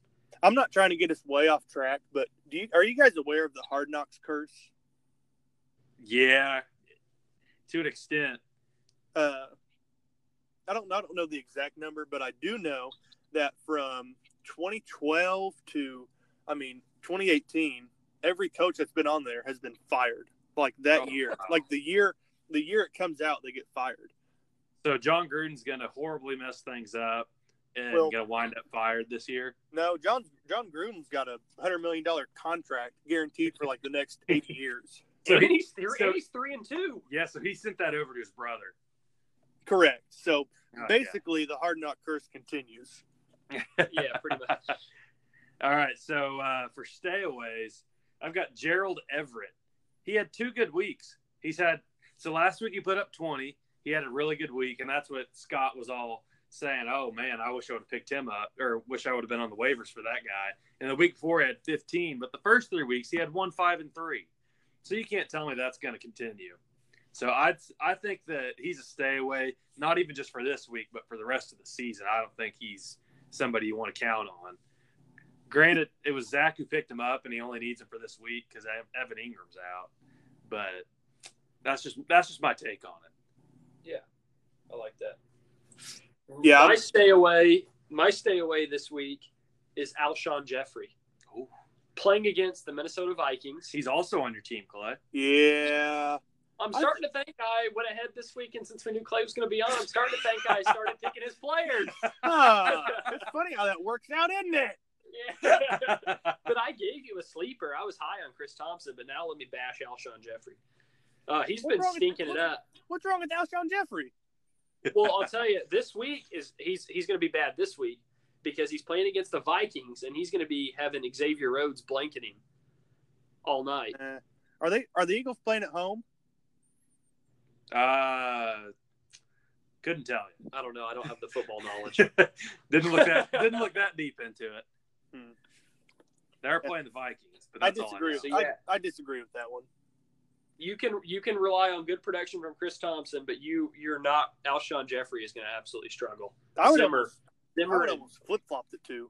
S3: I'm not trying to get us way off track, but do you, are you guys aware of the Hard Knocks curse?
S1: Yeah, to an extent.
S3: Uh, I don't I don't know the exact number, but I do know that from 2012 to I mean 2018, every coach that's been on there has been fired. Like that
S1: Oh,
S3: year,
S1: wow.
S3: like the year the year it comes out, they get fired.
S1: So John Gruden's going to horribly mess things up and
S3: Well-
S1: going to wind up fired this year.
S3: No, John John Gruden's got a hundred million dollar contract guaranteed for like the next eight years.
S1: So
S2: and,
S1: he,
S2: he's three,
S1: so-
S2: and he's three and two.
S1: yeah, so he sent that over to his brother.
S3: Correct. So
S1: Oh, yeah.
S3: basically, the hard knock curse continues.
S2: Yeah, pretty much.
S1: All right, so uh, for stayaways, I've got Gerald Everett. He had two good weeks. He's had so last week he put up twenty. He had a really good week, and that's what Scott was all saying. Oh man, I wish I would have picked him up, or wish I would have been on the waivers for that guy. And the week before he had fifteen, but the first three weeks he had one, five, and three. So you can't tell me that's going to continue. So I I think that he's a stayaway, not even just for this week, but for the rest of the season. I don't think he's somebody you want to count on. Granted, it was Zach who picked him up, and he only needs him for this week because Evan Ingram's out. But that's just that's just my take on it.
S2: I like that.
S3: Yeah, I'm-
S2: My stay away, my stay away this week is Alshon Jeffrey.
S1: Ooh.
S2: Playing against the Minnesota Vikings.
S1: He's also on your team, Clay.
S3: Yeah,
S2: I'm starting to think I went ahead this weekend since we knew Clay was going to be on. I'm starting to think I started picking his players.
S3: Ah, it's funny how that works out, isn't it?
S2: Yeah. but I gave you a sleeper. I was high on Chris Thompson, but now let me bash Alshon Jeffrey. Uh, he's
S3: What's
S2: been
S3: wrong with-
S2: stinking it
S3: what-
S2: up.
S3: What's wrong with Alshon Jeffrey?
S2: Well, I'll tell you, this week is he's he's going to be bad this week because he's playing against the Vikings and he's going to be having Xavier Rhodes blanking him all night.
S3: Uh, are they are the Eagles playing at home?
S1: Uh, couldn't tell you.
S2: I don't know. I don't have the football knowledge.
S1: didn't look that didn't look that deep into it.
S3: Hmm.
S1: They're playing the Vikings, but
S3: I
S1: that's all I
S3: disagree.
S1: know.
S3: With,
S2: know.
S3: I,
S2: Yeah.
S3: I disagree with that one.
S2: You can you can rely on good production from Chris Thompson, but you you're not Alshon Jeffrey is going to absolutely struggle.
S3: I would
S2: Zimmer,
S3: almost, I
S2: Zimmer,
S3: would almost flip flopped it too.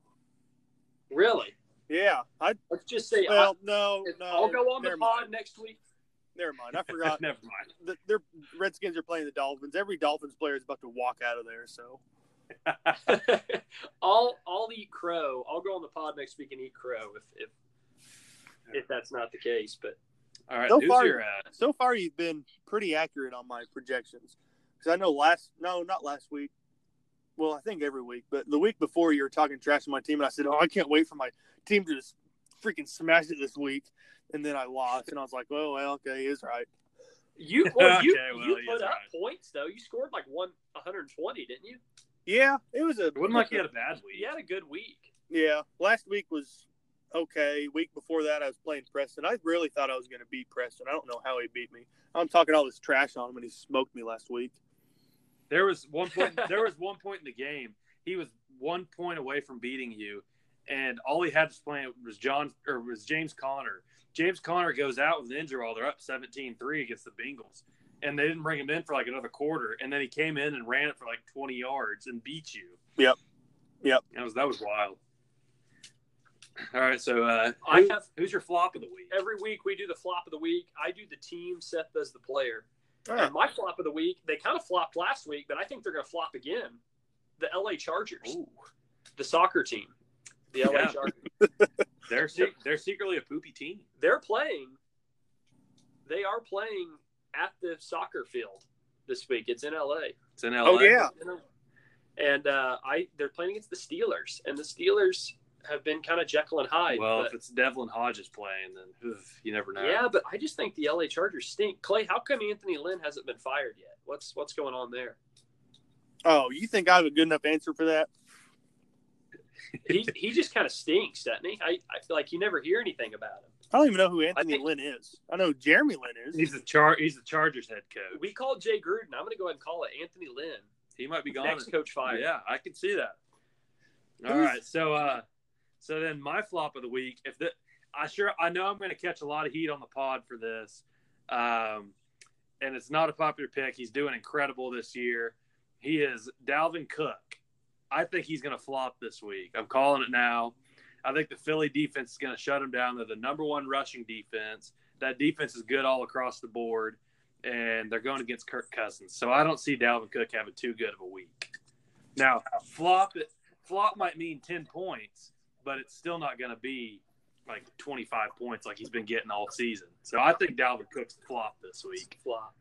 S2: really?
S3: Yeah, I
S2: Let's just say I,
S3: well no no.
S2: I'll go on the
S3: never
S2: pod
S3: Mind.
S2: next week.
S3: Never mind. I forgot.
S1: Never mind.
S3: the, their Redskins are playing the Dolphins. Every Dolphins player is about to walk out of there. So
S2: I'll I'll eat crow. I'll go on the pod next week and eat crow if if if that's not the case. But
S1: All right,
S3: So
S1: who's
S3: far-
S1: your uh,
S3: so far you've been pretty accurate on my projections. Because I know last no not last week. Well, I think every week, but the week before you were talking trash to my team, and I said, "Oh, I can't wait for my team to just freaking smash it this week." And then I lost, and I was like, "Well, well, okay, he's right."
S2: you well, you,
S1: Okay, well,
S2: you
S1: he
S2: put
S1: is
S2: up
S1: right.
S2: points though. You scored like one 120, didn't you?
S3: Yeah, it was a
S1: It wasn't like you had a bad week.
S2: You had a good week.
S3: Yeah, last week was okay. Week before that, I was playing Preston. I really thought I was going to beat Preston. I don't know how he beat me. I'm talking all this trash on him, and he smoked me last week.
S1: There was one point. there was one point in the game. He was one point away from beating you, and all he had to play was John or was James Conner. James Conner goes out with an injury while they're up 17-3 against the Bengals, and they didn't bring him in for like another quarter. And then he came in and ran it for like twenty yards and beat you.
S3: Yep. Yep.
S1: That was that was wild. All right, so uh,
S2: I
S1: who-
S2: have-
S1: who's your flop of the week?
S2: Every week we do the flop of the week. I do the team. Seth does the player.
S3: Huh.
S2: And my flop of the week. They kind of flopped last week, but I think they're going to flop again. The LA Chargers,
S1: Ooh,
S2: the soccer team, the LA
S1: Yeah.
S2: Chargers.
S1: they're se- they're secretly a poopy team.
S2: they're playing they are playing at the soccer field this week it's in la
S1: It's in LA.
S3: Oh, yeah.
S2: and uh, i they're playing against the steelers and the steelers have been kind of jekyll and hyde
S1: Well,
S2: but-
S1: if it's Devlin Hodges playing, then ugh, you never know.
S2: yeah but i just think the la chargers stink clay how come anthony lynn hasn't been fired yet what's what's going on there
S3: Oh, you think I have a good enough answer for that?
S2: he, he just kind of stinks doesn't he I, I feel like you never hear anything about him
S3: I don't even know who Anthony
S2: think-
S3: Lynn is. I know who Jeremy Lynn is.
S1: He's the char. He's the Chargers head coach.
S2: we called jay gruden i'm going to go ahead and call it anthony lynn
S1: He might be gone.
S2: next coach fired
S1: Yeah, I can see that. All
S3: Who's-
S1: right, so uh, so then my flop of the week. If the I sure I know I'm going to catch a lot of heat on the pod for this, um, and it's not a popular pick. He's doing incredible this year. He is Dalvin Cook. I think he's going to flop this week. I'm calling it now. I think the Philly defense is going to shut him down. They're the number one rushing defense. That defense is good all across the board, and they're going against Kirk Cousins. So I don't see Dalvin Cook having too good of a week. Now, flop flop might mean 10 points, but it's still not going to be like 25 points like he's been getting all season. So I think Dalvin Cook's the flop this week.
S2: flop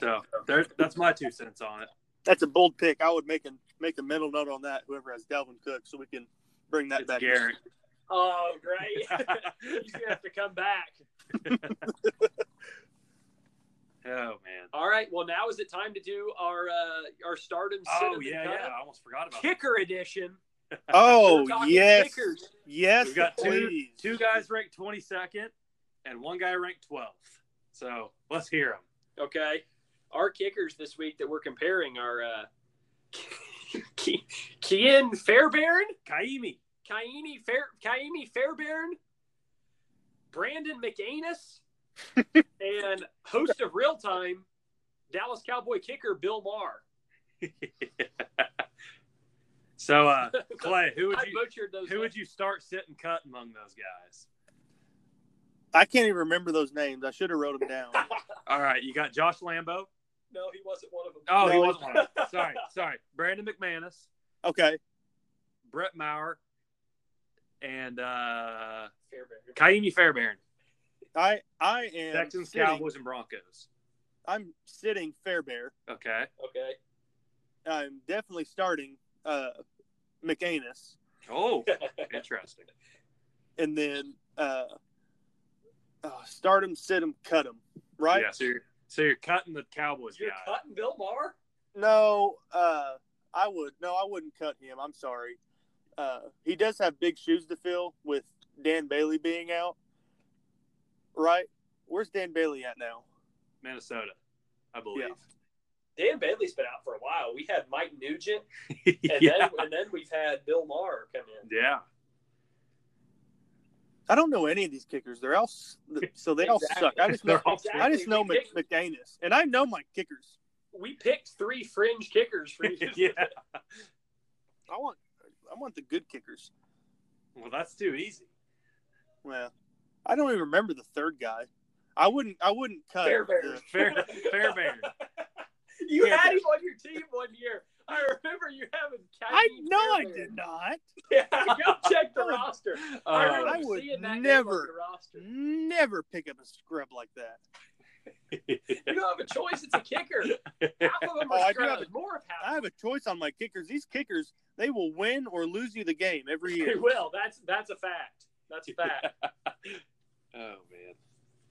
S1: So there, that's my two cents on it.
S3: That's a bold pick. I would make a make a mental note on that. Whoever has Dalvin Cook, so we can bring that
S1: It's
S3: back.
S1: Garrett.
S2: oh great he's going to have to come back
S1: Oh, man.
S2: All right. Well, now is it time to do our uh, our stardom
S1: Oh,
S2: Cinnamon
S1: yeah,
S2: Cup
S1: yeah. I almost forgot about that.
S2: kicker edition. We're
S3: Oh
S2: talking
S3: yes,
S2: kickers.
S3: yes.
S1: We've got two-
S3: please.
S1: Two guys ranked 22nd and one guy ranked 12th. So let's hear them.
S2: Okay, our kickers this week that we're comparing are uh, Ke- Kean Fairbairn,
S1: Kaimi.
S2: Kaini Fair, Kaimi Fairbairn, Brandon McAnus, and host of Real Time, Dallas Cowboy kicker Bill Maher.
S1: So, uh, Clay, who would
S2: I
S1: you,
S2: butchered those.
S1: who would you start, sit, and cut among those guys?
S3: I can't even remember those names. I should have wrote them down.
S1: All right, you got Josh Lambo.
S2: no, he wasn't one of them.
S1: Oh, he
S3: No.
S1: wasn't one. of them. Sorry, sorry. Brandon McManus,
S3: Okay,
S1: Brett Mauer, and uh,
S2: Fairbairn.
S1: Kaimi Fairbairn.
S3: I I am
S1: Texans,
S3: sitting,
S1: Cowboys, and Broncos.
S3: I'm sitting Fairbear.
S1: Okay.
S2: Okay.
S3: I'm definitely starting uh, McAnus,
S1: Oh, interesting.
S3: and then uh, uh, start him, sit him, cut him. Right?
S1: Yeah. So you're, so you're cutting the Cowboys
S2: You're
S1: guy.
S2: cutting Bill Maher?
S3: No, uh, I would. No, I wouldn't cut him. I'm sorry. Uh, he does have big shoes to fill with Dan Bailey being out. Right? Where's Dan Bailey at now?
S1: Minnesota, I believe.
S2: Dan Bailey's been out for a while. We had Mike Nugent,
S1: Yeah.
S2: and
S1: yeah.
S2: then and then we've had Bill Maher come in.
S3: I don't know any of these kickers. They're all s- so they all
S2: Exactly.
S3: suck. I just know.
S1: They're all-
S2: Exactly.
S3: I just know
S2: We
S3: Mc,
S2: picked,
S3: McAnus, and I know my kickers.
S2: we picked three fringe kickers for you.
S1: Yeah.
S3: I want. I want the good kickers.
S1: Well, that's too easy.
S3: Well, I don't even remember the third guy. I wouldn't. I wouldn't cut.
S2: Fair bear.
S3: the-
S1: Fair, fair bear.
S2: You
S3: Fair
S2: had
S3: bear.
S2: him on your team one year. I remember you having.
S3: I
S2: Kyrie
S3: know I
S2: Fair Bear.
S3: did not.
S2: Yeah, go check the
S3: I would-
S2: roster. I
S1: Uh,
S2: remember
S3: I would
S2: seeing that name on
S3: never-
S2: your roster.
S3: Never pick up a scrub like that.
S2: You don't have a choice. It's a kicker. Half of them are
S3: Oh, I do
S2: scrubs.
S3: have
S2: More of
S3: I
S2: half.
S3: have a choice on my kickers. These kickers, they will win or lose you the game every
S2: They
S3: year.
S2: will. That's that's a fact. That's a fact.
S1: oh man.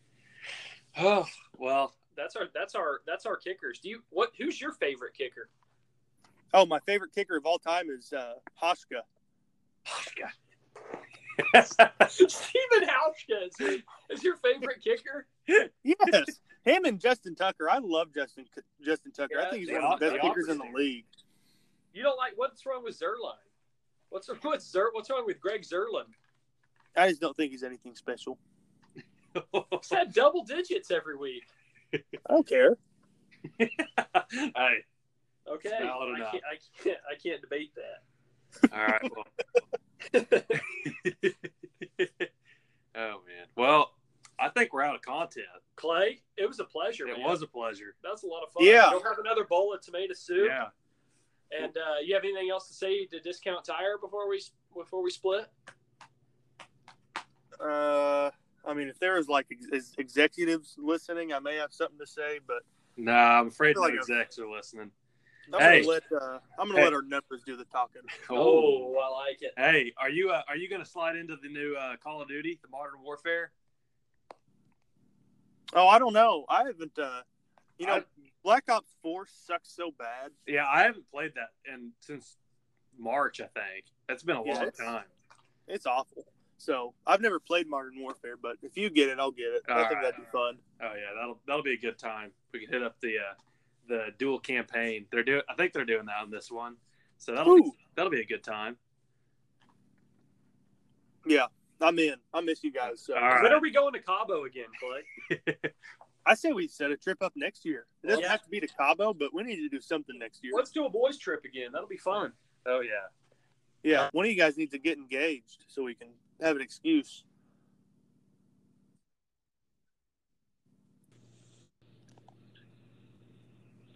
S1: Oh well.
S2: That's our that's our that's our kickers. Do you what? Who's your favorite kicker?
S3: Oh, my favorite kicker of all time is uh, Hoshka.
S2: Steven Hauschka is your, is your favorite kicker.
S3: Yes, him and Justin Tucker. I love Justin Justin Tucker. I think he's
S2: Yeah,
S3: one of the
S1: they
S3: best
S1: are-
S3: kickers in
S1: they
S3: the
S1: are.
S3: league.
S2: You don't like what's wrong with Zerline? What's wrong with Zer? What's wrong with Greg Zerlin?
S3: I just don't think he's anything special.
S1: Oh,
S2: He's had double digits every week.
S3: I don't care.
S1: hey,
S2: Okay,
S1: Valid
S2: I
S1: enough.
S2: can't, I can't I can't debate that.
S1: All right. Well. oh man. Well, I think we're out of content.
S2: Clay, it was a pleasure.
S1: It
S2: man.
S1: was a pleasure.
S2: That was a lot of fun.
S3: Yeah.
S2: You'll have another bowl of tomato soup.
S1: Yeah.
S2: And uh, you have anything else to say to discount tire before we before we split?
S3: Uh, I mean, if there was like ex- ex- executives listening, I may have something to say, but
S1: Nah, I'm afraid
S3: feel
S1: the
S3: like I-
S1: execs are listening.
S3: I'm
S1: Hey.
S3: gonna let uh, I'm gonna
S1: Hey.
S3: let our numbers do the talking.
S2: Oh, I like it.
S1: Hey, are you uh, are you going to slide into the new uh, Call of Duty, the Modern Warfare?
S3: Oh, I don't know. I haven't. Uh, you know,
S1: I-
S3: Black Ops Four sucks so bad.
S1: Yeah, I haven't played that in since March. I think that's been a
S3: Yeah,
S1: long
S3: it's-
S1: time.
S3: It's awful. So I've never played Modern Warfare, but if you get it, I'll get it. I
S1: All
S3: think
S1: right.
S3: that'd be fun.
S1: Oh yeah, that'll that'll be a good time. We can hit up the uh, the dual campaign. They're doing. I think they're doing that on this one. So that'll be,
S3: Ooh.
S1: that'll be a good time.
S3: Yeah, I'm in. I miss you guys. So
S1: All right.
S2: When are we going to Cabo again, Clay?
S3: I say we set a trip up next year. It doesn't
S2: Yeah.
S3: have to be to Cabo, but we need to do something next year.
S2: Let's do a boys trip again. That'll be fun.
S1: Oh yeah.
S3: Yeah, one of you guys needs to get engaged so we can have an excuse.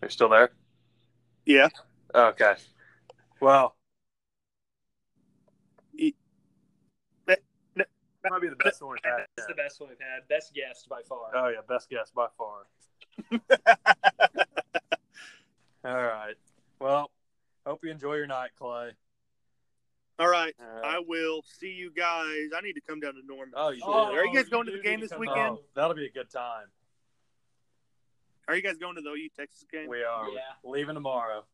S1: You're still there?
S3: Yeah.
S1: Okay. Well,
S3: E-
S1: that might be the best one we've had.
S2: That's the best one we've had. Best guest by far.
S1: Oh yeah, best guess by far. All right. Well, hope you enjoy your night, Clay.
S3: All right,
S1: All right.
S3: I will see you guys. I need to come down to Norman.
S1: Oh, you
S3: Oh, Are you guys going to
S2: you
S3: the
S2: do
S3: game
S2: need
S3: this
S2: come
S1: should.
S3: weekend?
S2: out.
S1: Oh, that'll be a good time.
S3: Are you guys going to the OU Texas game?
S1: We are
S2: Yeah.
S1: leaving tomorrow.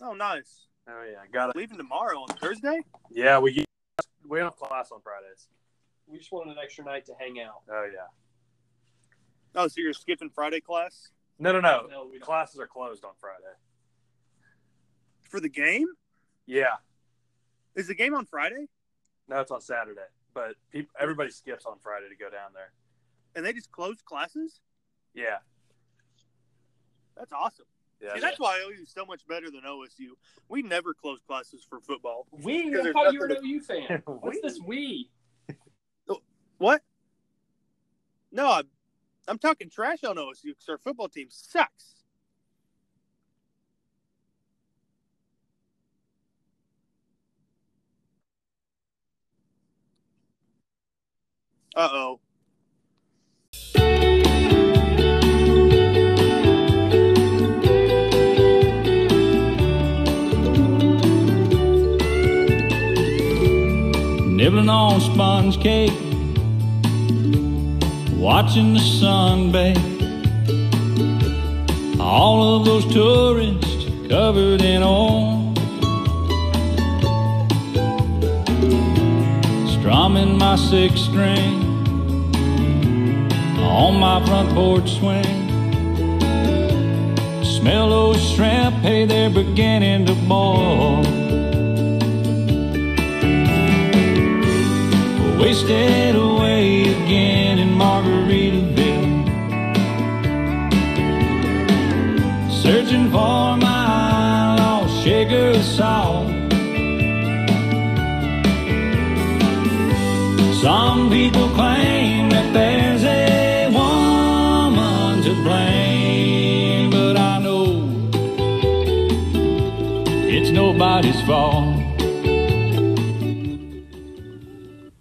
S3: Oh, nice.
S1: Oh yeah, got it.
S3: Leaving tomorrow on Thursday.
S1: Yeah, we get, we don't have class on Fridays.
S2: We just wanted an extra night to hang out.
S1: Oh yeah.
S3: Oh, so you're skipping Friday class
S1: No, no, no.
S2: No, we don't.
S1: Classes are closed on Friday.
S3: for the game?
S1: Yeah.
S3: Is the game on Friday?
S1: No, it's on Saturday. But peop everybody skips on Friday to go down there.
S3: And they just closed classes?
S1: Yeah.
S3: That's awesome.
S1: Yeah.
S3: See, that's why OU is so much better than OSU. We never close classes for football.
S2: We
S3: Because
S2: I
S3: there's
S2: thought you were an
S3: nothing
S2: OU fan.
S1: We?
S2: What's this we?
S3: What? No, I'm, I'm talking trash on OSU because our football team sucks. Uh oh.
S4: nibbling on sponge cake, watching the sun bake. All of those tourists covered in oil, strumming my six string on my front porch swing. Smell those shrimp, hey, they're beginning to boil. wasted away again in Margaritaville. Searching for my lost shaker of salt. Some people claim that there's a woman to blame, but I know it's nobody's fault.